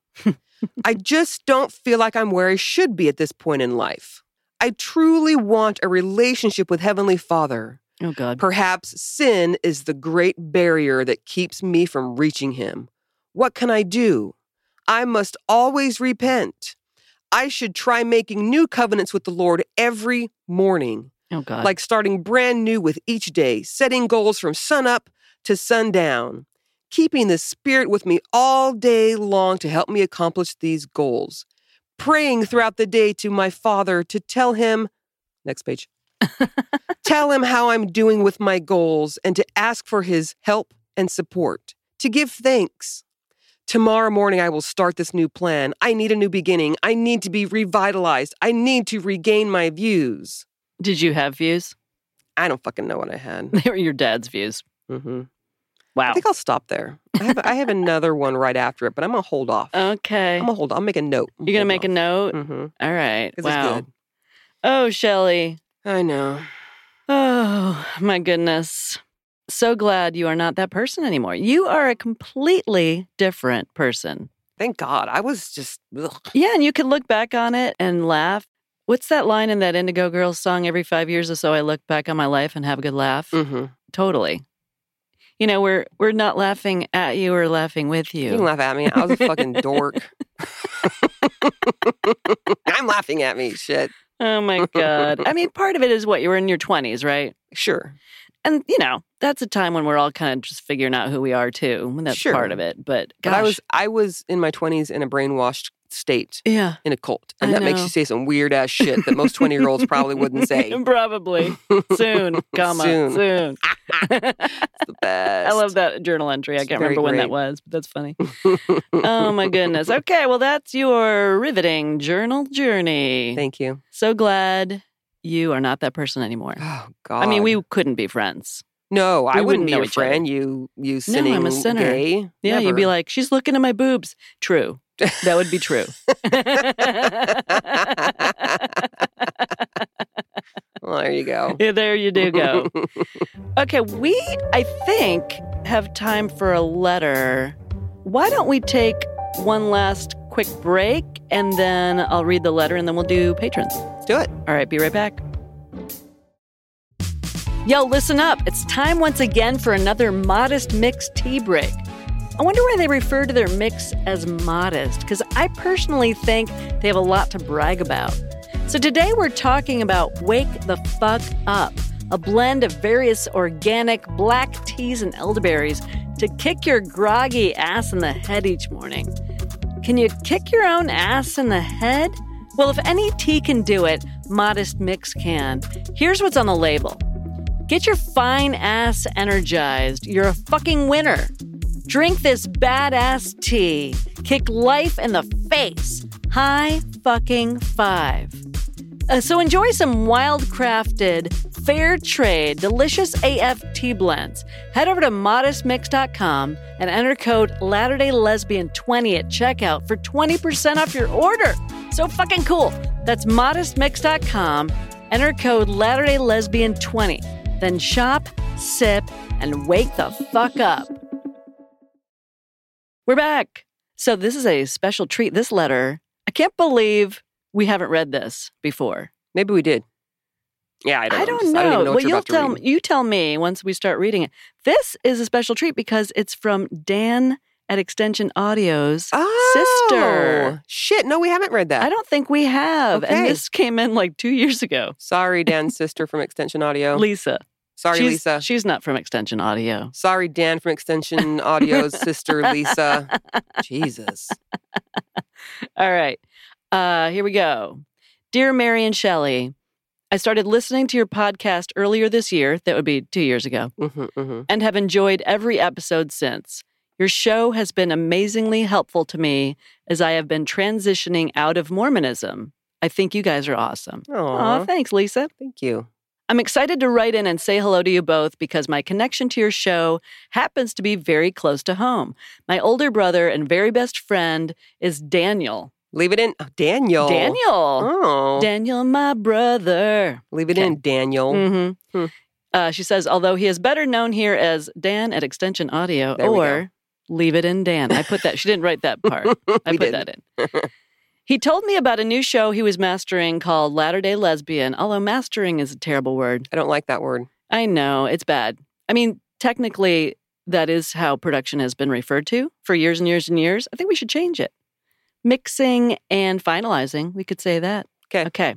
Speaker 2: I just don't feel like I'm where I should be at this point in life. I truly want a relationship with Heavenly Father.
Speaker 1: Oh, God.
Speaker 2: Perhaps sin is the great barrier that keeps me from reaching him. What can I do? I must always repent. I should try making new covenants with the Lord every morning,
Speaker 1: Oh, God.
Speaker 2: like starting brand new with each day, setting goals from sunup to sundown, keeping the Spirit with me all day long to help me accomplish these goals, praying throughout the day to my Father to tell him, next page, tell him how I'm doing with my goals and to ask for his help and support, to give thanks. Tomorrow morning, I will start this new plan. I need a new beginning. I need to be revitalized. I need to regain my views.
Speaker 1: Did you have views?
Speaker 2: I don't fucking know what I had.
Speaker 1: They were your dad's views. Mm-hmm.
Speaker 2: hmm I
Speaker 1: Wow.
Speaker 2: think I'll stop there. I have, I have another one right after it, but I'm gonna hold off.
Speaker 1: Okay.
Speaker 2: I'm gonna hold. I'll make a note.
Speaker 1: You're going to make a note?
Speaker 2: Mm-hmm.
Speaker 1: All right.
Speaker 2: It's
Speaker 1: Wow.
Speaker 2: good.
Speaker 1: Oh, Shelley.
Speaker 2: I know.
Speaker 1: Oh, my goodness. So glad you are not that person anymore. You are a completely different person.
Speaker 2: Thank God. I was just. Ugh.
Speaker 1: Yeah, and you can look back on it and laugh. What's that line in that Indigo Girls song? Every five years or so, I look back on my life and have a good laugh.
Speaker 2: Mm-hmm.
Speaker 1: Totally. You know, we're we're not laughing at you; we're laughing with
Speaker 2: You can
Speaker 1: you.
Speaker 2: laugh at me. I was a fucking dork. I'm laughing at me. Shit.
Speaker 1: Oh my god! I mean, part of it is what you were in your twenties, right?
Speaker 2: Sure.
Speaker 1: And you know, that's a time when we're all kind of just figuring out who we are too, and that's
Speaker 2: Sure.
Speaker 1: part of it. But gosh,
Speaker 2: But I was I was in my twenties in a brainwashed state
Speaker 1: yeah,
Speaker 2: in a cult. And
Speaker 1: I
Speaker 2: that makes
Speaker 1: know.
Speaker 2: you say some weird ass shit that most twenty year olds probably wouldn't say. It's
Speaker 1: probably soon, comma
Speaker 2: Soon.
Speaker 1: soon.
Speaker 2: the best.
Speaker 1: I love that journal entry. I
Speaker 2: It's
Speaker 1: can't
Speaker 2: very
Speaker 1: remember when that
Speaker 2: great.
Speaker 1: was, but that's funny. oh my goodness. Okay, well that's your riveting journal journey.
Speaker 2: Thank you.
Speaker 1: so glad you are not that person anymore.
Speaker 2: Oh God.
Speaker 1: I mean, we couldn't be friends.
Speaker 2: No, I
Speaker 1: we
Speaker 2: wouldn't
Speaker 1: wouldn't
Speaker 2: be
Speaker 1: know
Speaker 2: your
Speaker 1: each other.
Speaker 2: friend, you you
Speaker 1: No, I'm
Speaker 2: sinning
Speaker 1: a sinner.
Speaker 2: gay.
Speaker 1: Yeah, you'd be
Speaker 2: Never.
Speaker 1: like, she's looking at my boobs. True. That would be true.
Speaker 2: Well, there you go.
Speaker 1: Yeah, there you do go. Okay, we, I think, have time for a letter. Why don't we take one last quick break and then I'll read the letter and then we'll do patrons.
Speaker 2: Let's do it.
Speaker 1: All right, be right back. Yo, listen up. It's time once again for another modest mix tea break. I wonder why they refer to their mix as modest, because I personally think they have a lot to brag about. So today we're talking about Wake the Fuck Up, a blend of various organic black teas and elderberries to kick your groggy ass in the head each morning. Can you kick your own ass in the head? Well, if any tea can do it, Modest Mix can. Here's what's on the label Get your fine ass energized. You're a fucking winner. Drink this badass tea. Kick life in the face. High fucking five. Uh, so enjoy some wild crafted, fair trade, delicious AF tea blends. Head over to modestmix.com and enter code Latterday Lesbian 20 at checkout for 20% off your order. So fucking cool. That's modestmix.com. Enter code Latterday Lesbian 20. Then shop, sip, and wake the fuck up. We're back. So this is a special treat. This letter, I can't believe we haven't read this before.
Speaker 2: Maybe we did. Yeah, I
Speaker 1: I
Speaker 2: don't. know.
Speaker 1: don't
Speaker 2: Just-
Speaker 1: know.
Speaker 2: I don't even know
Speaker 1: well,
Speaker 2: what you're
Speaker 1: you'll
Speaker 2: about to
Speaker 1: tell
Speaker 2: read.
Speaker 1: me, you tell me once we start reading it. This is a special treat because it's from Dan at Extension Audio's sister.
Speaker 2: Oh, Shit, no, we haven't read that.
Speaker 1: I don't think we have, and
Speaker 2: Okay.
Speaker 1: this came in like two years ago.
Speaker 2: Sorry, Dan's sister from Extension Audio.
Speaker 1: Lisa,
Speaker 2: Oh, Sorry,
Speaker 1: she's,
Speaker 2: Lisa.
Speaker 1: She's not from Extension Audio.
Speaker 2: Sorry, Dan from Extension Audio's sister, Lisa. Jesus.
Speaker 1: All right. Uh, here we go. Dear Mary and Shelley, I started listening to your podcast earlier this year, that would be two years ago,
Speaker 2: Mhm, mhm.
Speaker 1: and have enjoyed every episode since. Your show has been amazingly helpful to me as I have been transitioning out of Mormonism. I think you guys are awesome.
Speaker 2: Aw,
Speaker 1: Aw, thanks, Lisa.
Speaker 2: thank you.
Speaker 1: I'm excited to write in and say hello to you both because my connection to your show happens to be very close to home. My older brother and very best friend is Daniel.
Speaker 2: Leave it in. oh, Daniel.
Speaker 1: Daniel.
Speaker 2: Oh.
Speaker 1: Daniel, my brother.
Speaker 2: Leave it
Speaker 1: Okay.
Speaker 2: in, Daniel.
Speaker 1: hmm
Speaker 2: Hmm.
Speaker 1: Uh, she says, although he is better known here as Dan at Extension Audio
Speaker 2: There we
Speaker 1: or Leave It in Dan. I put that, she didn't write that part. I
Speaker 2: We
Speaker 1: put
Speaker 2: didn't.
Speaker 1: that in. he told me about a new show he was mastering called Latter day Lesbian, although mastering is a terrible word.
Speaker 2: I don't like that word.
Speaker 1: I know, it's bad. I mean, technically, that is how production has been referred to for years and years and years. I think we should change it. Mixing and finalizing, we could say that.
Speaker 2: 'Kay.
Speaker 1: Okay.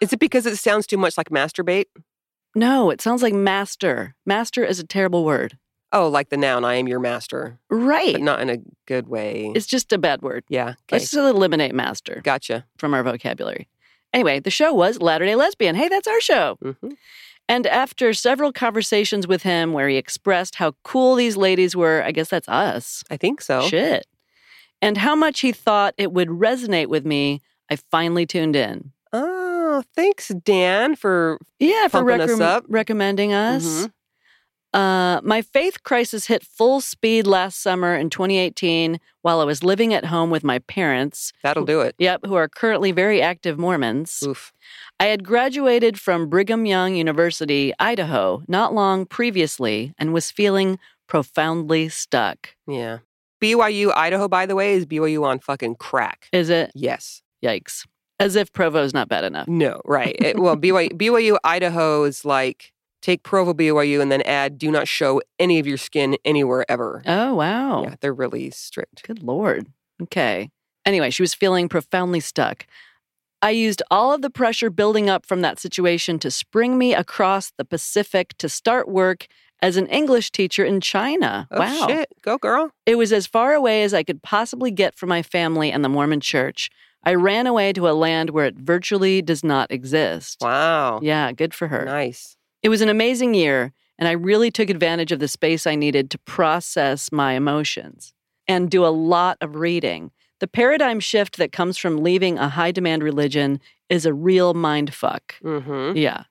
Speaker 2: Is it because it sounds too much like masturbate?
Speaker 1: No, it sounds like master. Master is a terrible word.
Speaker 2: Oh, like the noun, I am your master,
Speaker 1: Right.
Speaker 2: but not in a good way.
Speaker 1: It's just a bad word.
Speaker 2: yeah. Okay.
Speaker 1: Let's just eliminate master
Speaker 2: Gotcha.
Speaker 1: from our vocabulary. Anyway, the show was Latter day Lesbian. Hey, that's our show.
Speaker 2: hmm
Speaker 1: And after several conversations with him where he expressed how cool these ladies were, I guess that's us.
Speaker 2: I think so.
Speaker 1: Shit. And how much he thought it would resonate with me, I finally tuned in.
Speaker 2: Oh, thanks, Dan, for mm-hmm,
Speaker 1: Yeah, for
Speaker 2: Pumping us
Speaker 1: recomm-
Speaker 2: up.
Speaker 1: recommending us. Uh, my faith crisis hit full speed last summer in 2018 while I was living at home with my parents,
Speaker 2: that'll do it.
Speaker 1: yep, who are currently very active Mormons.
Speaker 2: Oof.
Speaker 1: I had graduated from Brigham Young University, Idaho, not long previously and was feeling profoundly stuck.
Speaker 2: Yeah. BYU, Idaho, by the way, is BYU on fucking crack.
Speaker 1: Is it?
Speaker 2: Yes.
Speaker 1: Yikes. As if Provo's not bad enough.
Speaker 2: No, right. It- well, BYU, BYU, Idaho is like take Provo, BYU, and then add do not show any of your skin anywhere ever.
Speaker 1: Oh, wow.
Speaker 2: Yeah, they're really strict.
Speaker 1: Good Lord. Okay. Anyway, she was feeling profoundly stuck. I used all of the pressure building up from that situation to spring me across the Pacific to start work as an English teacher in China.
Speaker 2: Oh,
Speaker 1: wow.
Speaker 2: shit. Go, girl.
Speaker 1: It was as far away as I could possibly get from my family and the Mormon church. I ran away to a land where it virtually does not exist.
Speaker 2: Wow.
Speaker 1: Yeah, good for her.
Speaker 2: Nice.
Speaker 1: It was an amazing year, and I really took advantage of the space I needed to process my emotions and do a lot of reading. The paradigm shift that comes from leaving a high demand religion is a real mind fuck.
Speaker 2: Mm-hmm.
Speaker 1: Yeah.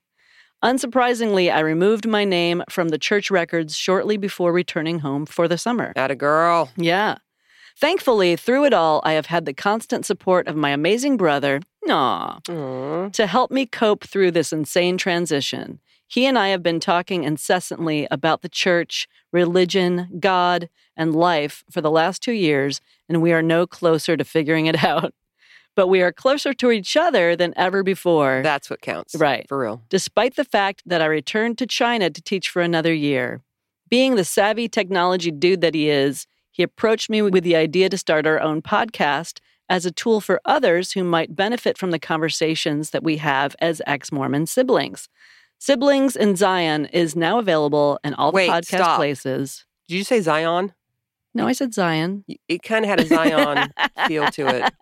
Speaker 1: Unsurprisingly, I removed my name from the church records shortly before returning home for the summer.
Speaker 2: Atta girl.
Speaker 1: Yeah. Thankfully, through it all, I have had the constant support of my amazing brother, Aww,
Speaker 2: Aw.
Speaker 1: to help me cope through this insane transition. He and I have been talking incessantly about the church, religion, God, and life for the last two years, and we are no closer to figuring it out. But we are closer to each other than ever before.
Speaker 2: That's what counts.
Speaker 1: right
Speaker 2: For real.
Speaker 1: despite the fact that I returned to China to teach for another year. Being the savvy technology dude that he is, he approached me with the idea to start our own podcast as a tool for others who might benefit from the conversations that we have as ex Mormon siblings. Siblings in Zion is now available in all the
Speaker 2: Wait,
Speaker 1: podcast
Speaker 2: stop.
Speaker 1: places.
Speaker 2: Did you say Zion?
Speaker 1: No, I said Zion.
Speaker 2: Y- It kind of had a Zion feel to it.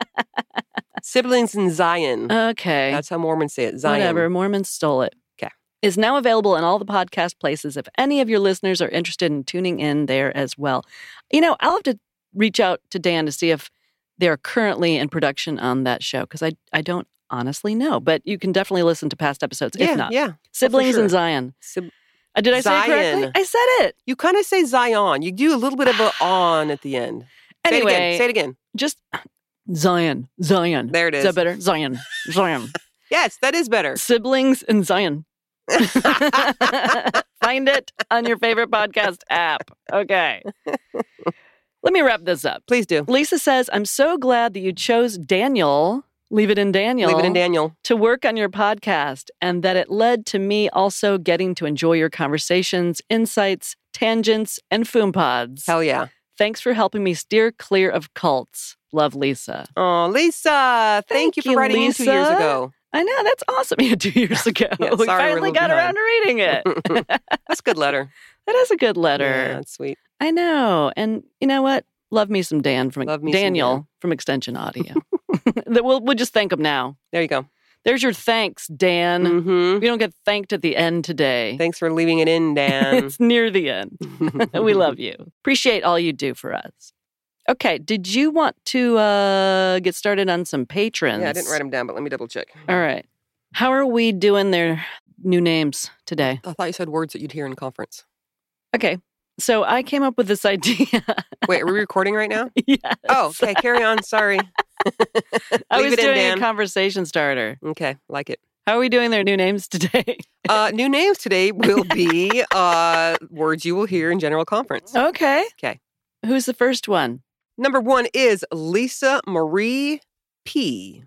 Speaker 2: Siblings in Zion.
Speaker 1: Okay.
Speaker 2: Mm. That's how Mormons say it. Zion.
Speaker 1: Whatever. Mormons stole it.
Speaker 2: 'Kay.
Speaker 1: Is now available in all the podcast places if any of your listeners are interested in tuning in there as well. You know, I'll have to reach out to Dan to see if they're currently in production on that show because I, I don't honestly know, but you can definitely listen to past episodes
Speaker 2: Yeah,
Speaker 1: if not.
Speaker 2: yeah.
Speaker 1: Siblings
Speaker 2: sure.
Speaker 1: in Zion.
Speaker 2: Sib-
Speaker 1: Uh, did I say it
Speaker 2: Zion.
Speaker 1: correctly? I said it.
Speaker 2: you kind of say Zion. You do a little bit of a on at the end.
Speaker 1: Anyway,
Speaker 2: say it again. Say it again.
Speaker 1: just Zion, Zion.
Speaker 2: There it
Speaker 1: Is that
Speaker 2: is.
Speaker 1: better? Zion, Zion.
Speaker 2: Yes, that is better.
Speaker 1: Siblings in Zion. Find it on your favorite podcast app. Okay. Let me wrap this up.
Speaker 2: Please do.
Speaker 1: Lisa says, I'm so glad that you chose Daniel, leave it in Daniel,
Speaker 2: Leave it in Daniel.
Speaker 1: to work on your podcast, and that it led to me also getting to enjoy your conversations, insights, tangents, and foom pods.
Speaker 2: Hell yeah.
Speaker 1: Thanks for helping me steer clear of cults. Love Lisa.
Speaker 2: Oh, Lisa. Thank,
Speaker 1: Thank
Speaker 2: you for
Speaker 1: you,
Speaker 2: writing in two years
Speaker 1: Lisa.
Speaker 2: ago.
Speaker 1: I know that's awesome. Yeah, two years ago,
Speaker 2: Yeah,
Speaker 1: we
Speaker 2: sorry we're a
Speaker 1: finally
Speaker 2: little
Speaker 1: got around
Speaker 2: behind.
Speaker 1: to reading it.
Speaker 2: That's a good letter.
Speaker 1: That is a good letter.
Speaker 2: Yeah, that's sweet.
Speaker 1: I know. And you know what? Love me some Dan from
Speaker 2: Love me some
Speaker 1: Daniel
Speaker 2: Dan.
Speaker 1: from Extension Audio. That we'll we'll just thank him now.
Speaker 2: There you go.
Speaker 1: There's your thanks, Dan.
Speaker 2: hmm
Speaker 1: We don't get thanked at the end today.
Speaker 2: Thanks for leaving it in, Dan.
Speaker 1: it's near the end. we love you. Appreciate all you do for us. Okay, did you want to uh, get started on some patrons?
Speaker 2: Yeah, I didn't write them down, but let me double check.
Speaker 1: All right. How are we doing their new names today?
Speaker 2: I thought you said words that you'd hear in conference.
Speaker 1: Okay. So I came up with this idea.
Speaker 2: Wait, are we recording right now?
Speaker 1: yes.
Speaker 2: Oh, okay. Carry on. Sorry.
Speaker 1: I
Speaker 2: leave
Speaker 1: was
Speaker 2: it in,
Speaker 1: doing
Speaker 2: Dan.
Speaker 1: a conversation starter.
Speaker 2: Okay, like it.
Speaker 1: How are we doing their new names today?
Speaker 2: Uh, new names today will be uh, words you will hear in general conference.
Speaker 1: okay.
Speaker 2: Okay.
Speaker 1: Who's the first one?
Speaker 2: Number one is Lisa Marie P.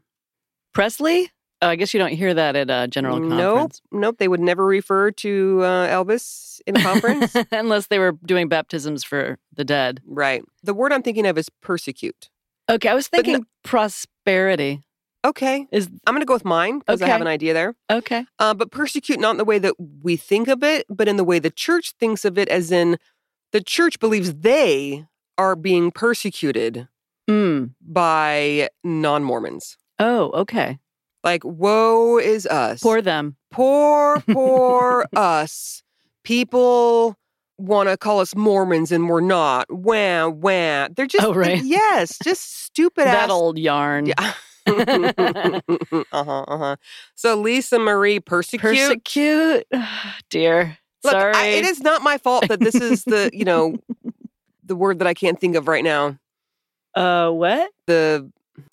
Speaker 1: Presley? Oh, I guess you don't hear that at uh, general
Speaker 2: Nope,
Speaker 1: conference.
Speaker 2: nope. They would never refer to uh, Elvis in conference.
Speaker 1: Unless they were doing baptisms for the dead.
Speaker 2: right. The word I'm thinking of is persecute.
Speaker 1: Okay, I was
Speaker 2: But
Speaker 1: thinking
Speaker 2: no-
Speaker 1: prosperity.
Speaker 2: Okay,
Speaker 1: Is
Speaker 2: I'm going to go with mine because I have
Speaker 1: Okay.
Speaker 2: an idea there.
Speaker 1: okay.
Speaker 2: Uh, but persecute not in the way that we think of it, but in the way the church thinks of it, as in the church believes they are being persecuted
Speaker 1: Mm.
Speaker 2: by non-Mormons.
Speaker 1: Oh, okay.
Speaker 2: Like, woe is us.
Speaker 1: Pour them.
Speaker 2: poor, poor us. People want to call us Mormons and we're not. Wah, wah. They're just,
Speaker 1: Oh, right.
Speaker 2: yes, just stupid
Speaker 1: That
Speaker 2: ass.
Speaker 1: old yarn.
Speaker 2: Yeah. uh huh, uh huh. So Lisa Marie persecute.
Speaker 1: Persecute. Dear.
Speaker 2: Look,
Speaker 1: Sorry.
Speaker 2: I, it is not my fault that this is the, you know, the word that I can't think of right now.
Speaker 1: Uh, what?
Speaker 2: The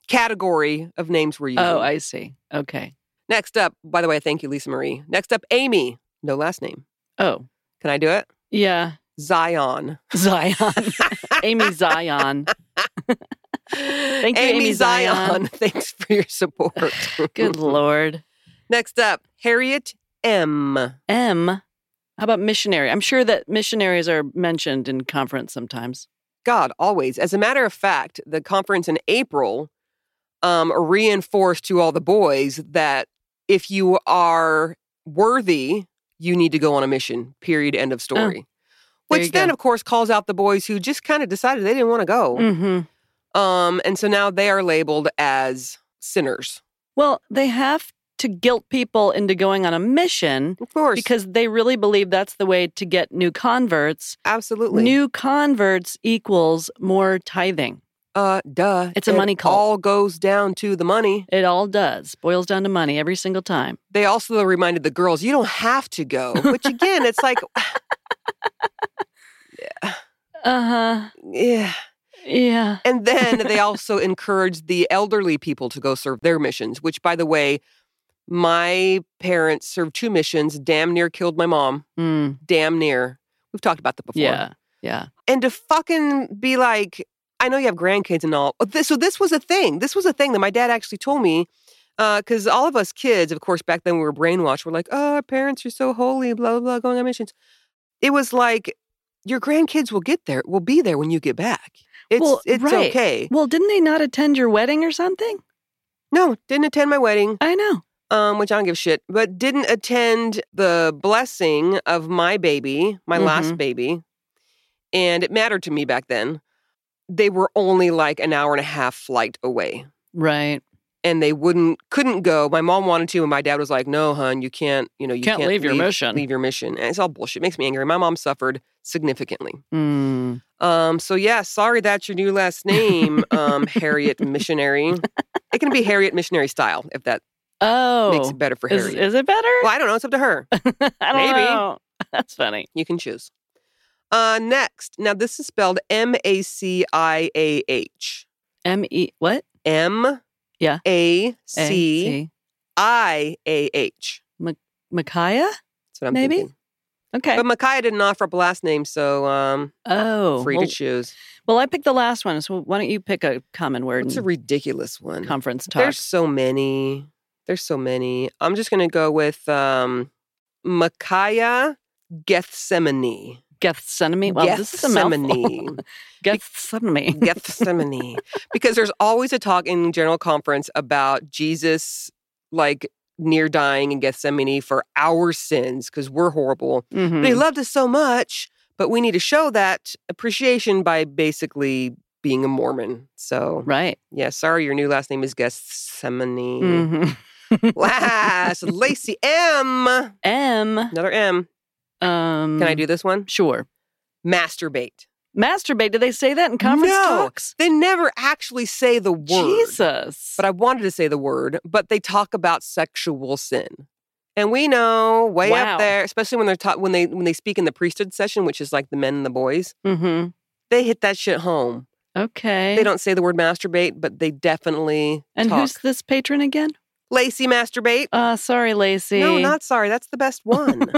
Speaker 2: category of names we're using.
Speaker 1: Oh, I see. Okay.
Speaker 2: Next up, by the way, thank you, Lisa Marie. Next up, Amy. No last name.
Speaker 1: Oh,
Speaker 2: Can I do it?
Speaker 1: yeah.
Speaker 2: Zion.
Speaker 1: Zion. Amy Zion.
Speaker 2: Thank
Speaker 1: you, Amy Zion.
Speaker 2: Thanks for your support.
Speaker 1: Good Lord.
Speaker 2: Next up, Harriet M.
Speaker 1: M. How about missionary? I'm sure that missionaries are mentioned in conference sometimes.
Speaker 2: God, always. As a matter of fact, the conference in April um, reinforced to all the boys that if you are worthy, you need to go on a mission. Period. End of story.
Speaker 1: Oh, there
Speaker 2: Which
Speaker 1: you
Speaker 2: then,
Speaker 1: go.
Speaker 2: of course, calls out the boys who just kind of decided they didn't want to go.
Speaker 1: Mm-hmm.
Speaker 2: Um, and so now they are labeled as sinners.
Speaker 1: Well, they have to guilt people into going on a mission
Speaker 2: Of course.
Speaker 1: because they really believe that's the way to get new converts.
Speaker 2: absolutely.
Speaker 1: New converts equals more tithing.
Speaker 2: Uh, duh.
Speaker 1: It's a
Speaker 2: It
Speaker 1: money cult.
Speaker 2: All goes down to the money.
Speaker 1: It all does. Boils down to money every single time.
Speaker 2: They also reminded the girls, you don't have to go. Which again, it's like,
Speaker 1: Uh huh.
Speaker 2: yeah.
Speaker 1: Yeah.
Speaker 2: And then they also encouraged the elderly people to go serve their missions. Which, by the way, my parents served two missions. Damn near killed my mom.
Speaker 1: Mm,
Speaker 2: Damn near. We've talked about that before.
Speaker 1: yeah. Yeah.
Speaker 2: And to fucking be like, I know you have grandkids and all. But This, so this was a thing. This was a thing that my dad actually told me. Because all of us kids, of course, back then we were brainwashed. We're like, oh, our parents are so holy, blah, blah, blah, going on missions. It was like, your grandkids will get there, will be there when you get back. It's,
Speaker 1: Well,
Speaker 2: it's
Speaker 1: right.
Speaker 2: okay.
Speaker 1: Well, didn't they not attend your wedding or something?
Speaker 2: No, didn't attend my wedding,
Speaker 1: I know.
Speaker 2: um, which I don't give a shit, but didn't attend the blessing of my baby, my last
Speaker 1: Mhm.
Speaker 2: baby. And it mattered to me back then. They were only like an hour and a half flight away.
Speaker 1: Right.
Speaker 2: and they wouldn't couldn't go. My mom wanted to, and my dad was like, "No, hun, you can't. You know, you
Speaker 1: Can't
Speaker 2: can't,
Speaker 1: leave your mission."
Speaker 2: Leave your mission." And it's all bullshit. makes me angry. My mom suffered significantly.
Speaker 1: Mm.
Speaker 2: Um, so yeah, sorry that's your new last name, um, Harriet Missionary. It can be Harriet Missionary style if that
Speaker 1: Oh.
Speaker 2: makes it better for
Speaker 1: Is,
Speaker 2: Harriet.
Speaker 1: is it better?
Speaker 2: well, I don't know. It's up to her.
Speaker 1: I don't
Speaker 2: maybe.
Speaker 1: know. That's funny.
Speaker 2: You can choose. Uh, next, now this is spelled M A C I A H.
Speaker 1: M E what?
Speaker 2: M.
Speaker 1: Yeah.
Speaker 2: A
Speaker 1: A,
Speaker 2: C
Speaker 1: C.
Speaker 2: I A H.
Speaker 1: Micaiah?
Speaker 2: That's what I'm
Speaker 1: Maybe?
Speaker 2: thinking.
Speaker 1: Okay.
Speaker 2: But Micaiah didn't offer up a last name, so um,
Speaker 1: oh.
Speaker 2: free
Speaker 1: well,
Speaker 2: to choose.
Speaker 1: well, I picked the last one, so why don't you pick a common word
Speaker 2: It's a
Speaker 1: in
Speaker 2: ridiculous one.
Speaker 1: conference talk?
Speaker 2: There's so many. There's so many. I'm just gonna go with um, Micaiah Gethsemane.
Speaker 1: Gethsemane. Well, this is a mouthful.
Speaker 2: Gethsemane.
Speaker 1: Gethsemane.
Speaker 2: Gethsemane. Because there's always a talk in general conference about Jesus like near dying in Gethsemane for our sins because we're horrible.
Speaker 1: Mhm.
Speaker 2: But he loved us so much, but we need to show that appreciation by basically being a Mormon. So,
Speaker 1: Right.
Speaker 2: yeah, sorry, your new last name is Gethsemane.
Speaker 1: Mhm.
Speaker 2: Last, Lacey M.
Speaker 1: M.
Speaker 2: Another M.
Speaker 1: Um,
Speaker 2: Can I do this one?
Speaker 1: Sure.
Speaker 2: Masturbate.
Speaker 1: Masturbate. Did they say that in conference
Speaker 2: No.
Speaker 1: talks?
Speaker 2: They never actually say the word.
Speaker 1: Jesus.
Speaker 2: But I wanted to say the word, but they talk about sexual sin. And we know way
Speaker 1: Wow.
Speaker 2: up there, especially when they're taught when they when they speak in the priesthood session, which is like the men and the boys,
Speaker 1: mm-hmm.
Speaker 2: they hit that shit home.
Speaker 1: Okay.
Speaker 2: They don't say the word masturbate, but they definitely
Speaker 1: Eh. and
Speaker 2: talk.
Speaker 1: who's this patron again?
Speaker 2: Lacey masturbate?
Speaker 1: Uh, sorry, Lacey.
Speaker 2: No, not sorry. That's the best one.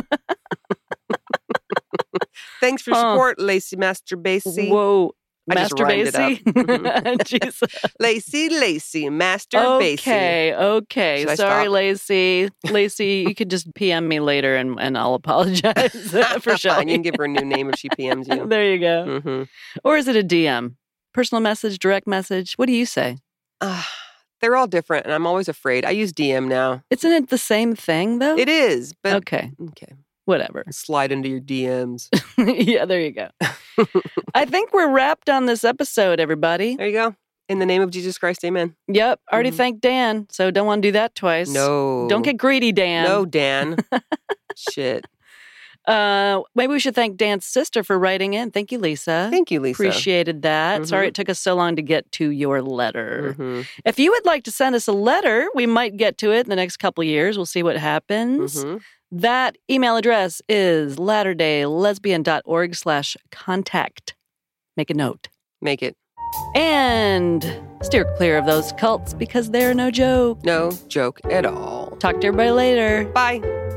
Speaker 2: Thanks for your
Speaker 1: Huh.
Speaker 2: support, Lacey masturbation.
Speaker 1: Whoa.
Speaker 2: I just rhymed it Mm-hmm.
Speaker 1: Masturbacy. Jesus.
Speaker 2: Lacey, Lacey, masturbation.
Speaker 1: Okay. Okay.
Speaker 2: Should I
Speaker 1: Sorry,
Speaker 2: stop?
Speaker 1: Lacey. Lacey, you could just PM me later and, and I'll apologize for
Speaker 2: Fine, you can
Speaker 1: Shelly.
Speaker 2: give her a new name if she PMs you.
Speaker 1: there you go.
Speaker 2: mm-hmm.
Speaker 1: Or is it a DM? Personal message, direct message? What do you say?
Speaker 2: uh, they're all different, and I'm always afraid. I use DM now.
Speaker 1: Isn't it the same thing though?
Speaker 2: It is, but mm,
Speaker 1: okay.
Speaker 2: okay.
Speaker 1: Whatever.
Speaker 2: Slide into your DMs.
Speaker 1: yeah, there you go. I think we're wrapped on this episode, everybody.
Speaker 2: There you go. In the name of Jesus Christ, amen.
Speaker 1: Yep. Already
Speaker 2: Mhm.
Speaker 1: thanked Dan, so don't want to do that twice.
Speaker 2: No.
Speaker 1: Don't get greedy, Dan.
Speaker 2: No, Dan. Shit.
Speaker 1: Uh, maybe we should thank Dan's sister for writing in. Thank you, Lisa.
Speaker 2: Thank you, Lisa.
Speaker 1: Appreciated that. Sorry
Speaker 2: Mhm.
Speaker 1: it took us so long to get to your letter.
Speaker 2: Mhm,
Speaker 1: If you would like to send us a letter, we might get to it in the next couple years. We'll see what happens.
Speaker 2: mhm.
Speaker 1: That email address is latterdaylesbian.org slash contact. Make a note.
Speaker 2: Make it.
Speaker 1: And steer clear of those cults because they're no joke.
Speaker 2: No joke at all.
Speaker 1: Talk to everybody later.
Speaker 2: Bye.